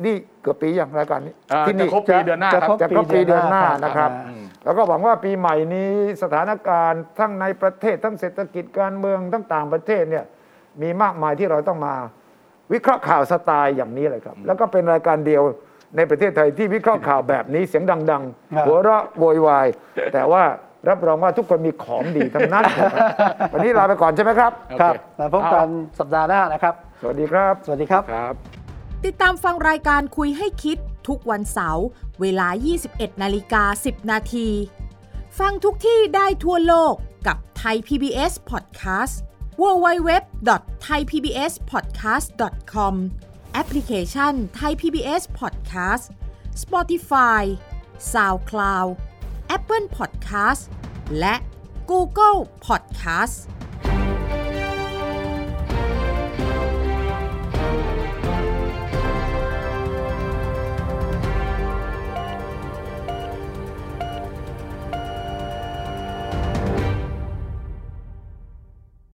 นี่เกือบปีอย่างรายการนี้
อ่า
ที่
จะ
นี่
ครบปีเดือนหน้า
จะ
ครั
ครบ
บ
จะครบปีเดือนห
ปีเดือนห
น้า
น้า
นะครับ
ครับ
แล้วก็หวังว่าปีใหม่นี้สถานการณ์ทั้งในประเทศทั้งเศรษฐกิจการเมืองทั้งต่างประเทศเนี่ยมีมากมายที่เราต้องมา วิเคราะห์ข่าวสไตล์อย่างนี้เลยครับ แล้วก็เป็นรายการเดียวในประเทศไทยที่วิเคราะห์ข่าวแบบนี้เสียงดัง
ครับ
ๆ หัวเราะโวยวาย แต่ว่ารับรองว่าทุกคนมีของดี ทั้งนั้น วันนี้ลาไปก่อนใช่ไหมครับ
โอเ
ครับแล้วพบกันสัปดาห์หน้านะครับ
สวัสดีครับ
สวัสดีครับ
ครับ
ติดตามฟังรายการคุยให้คิดทุกวันเสาร์เวลา 21นาฬิกา10 นาที ฟังทุกที่ได้ทั่วโลกกับไทย PBS Podcast www.thaipbspodcast.com แอปพลิเคชัน Thai PBS Podcast Spotify SoundCloud Apple Podcast และ Google Podcast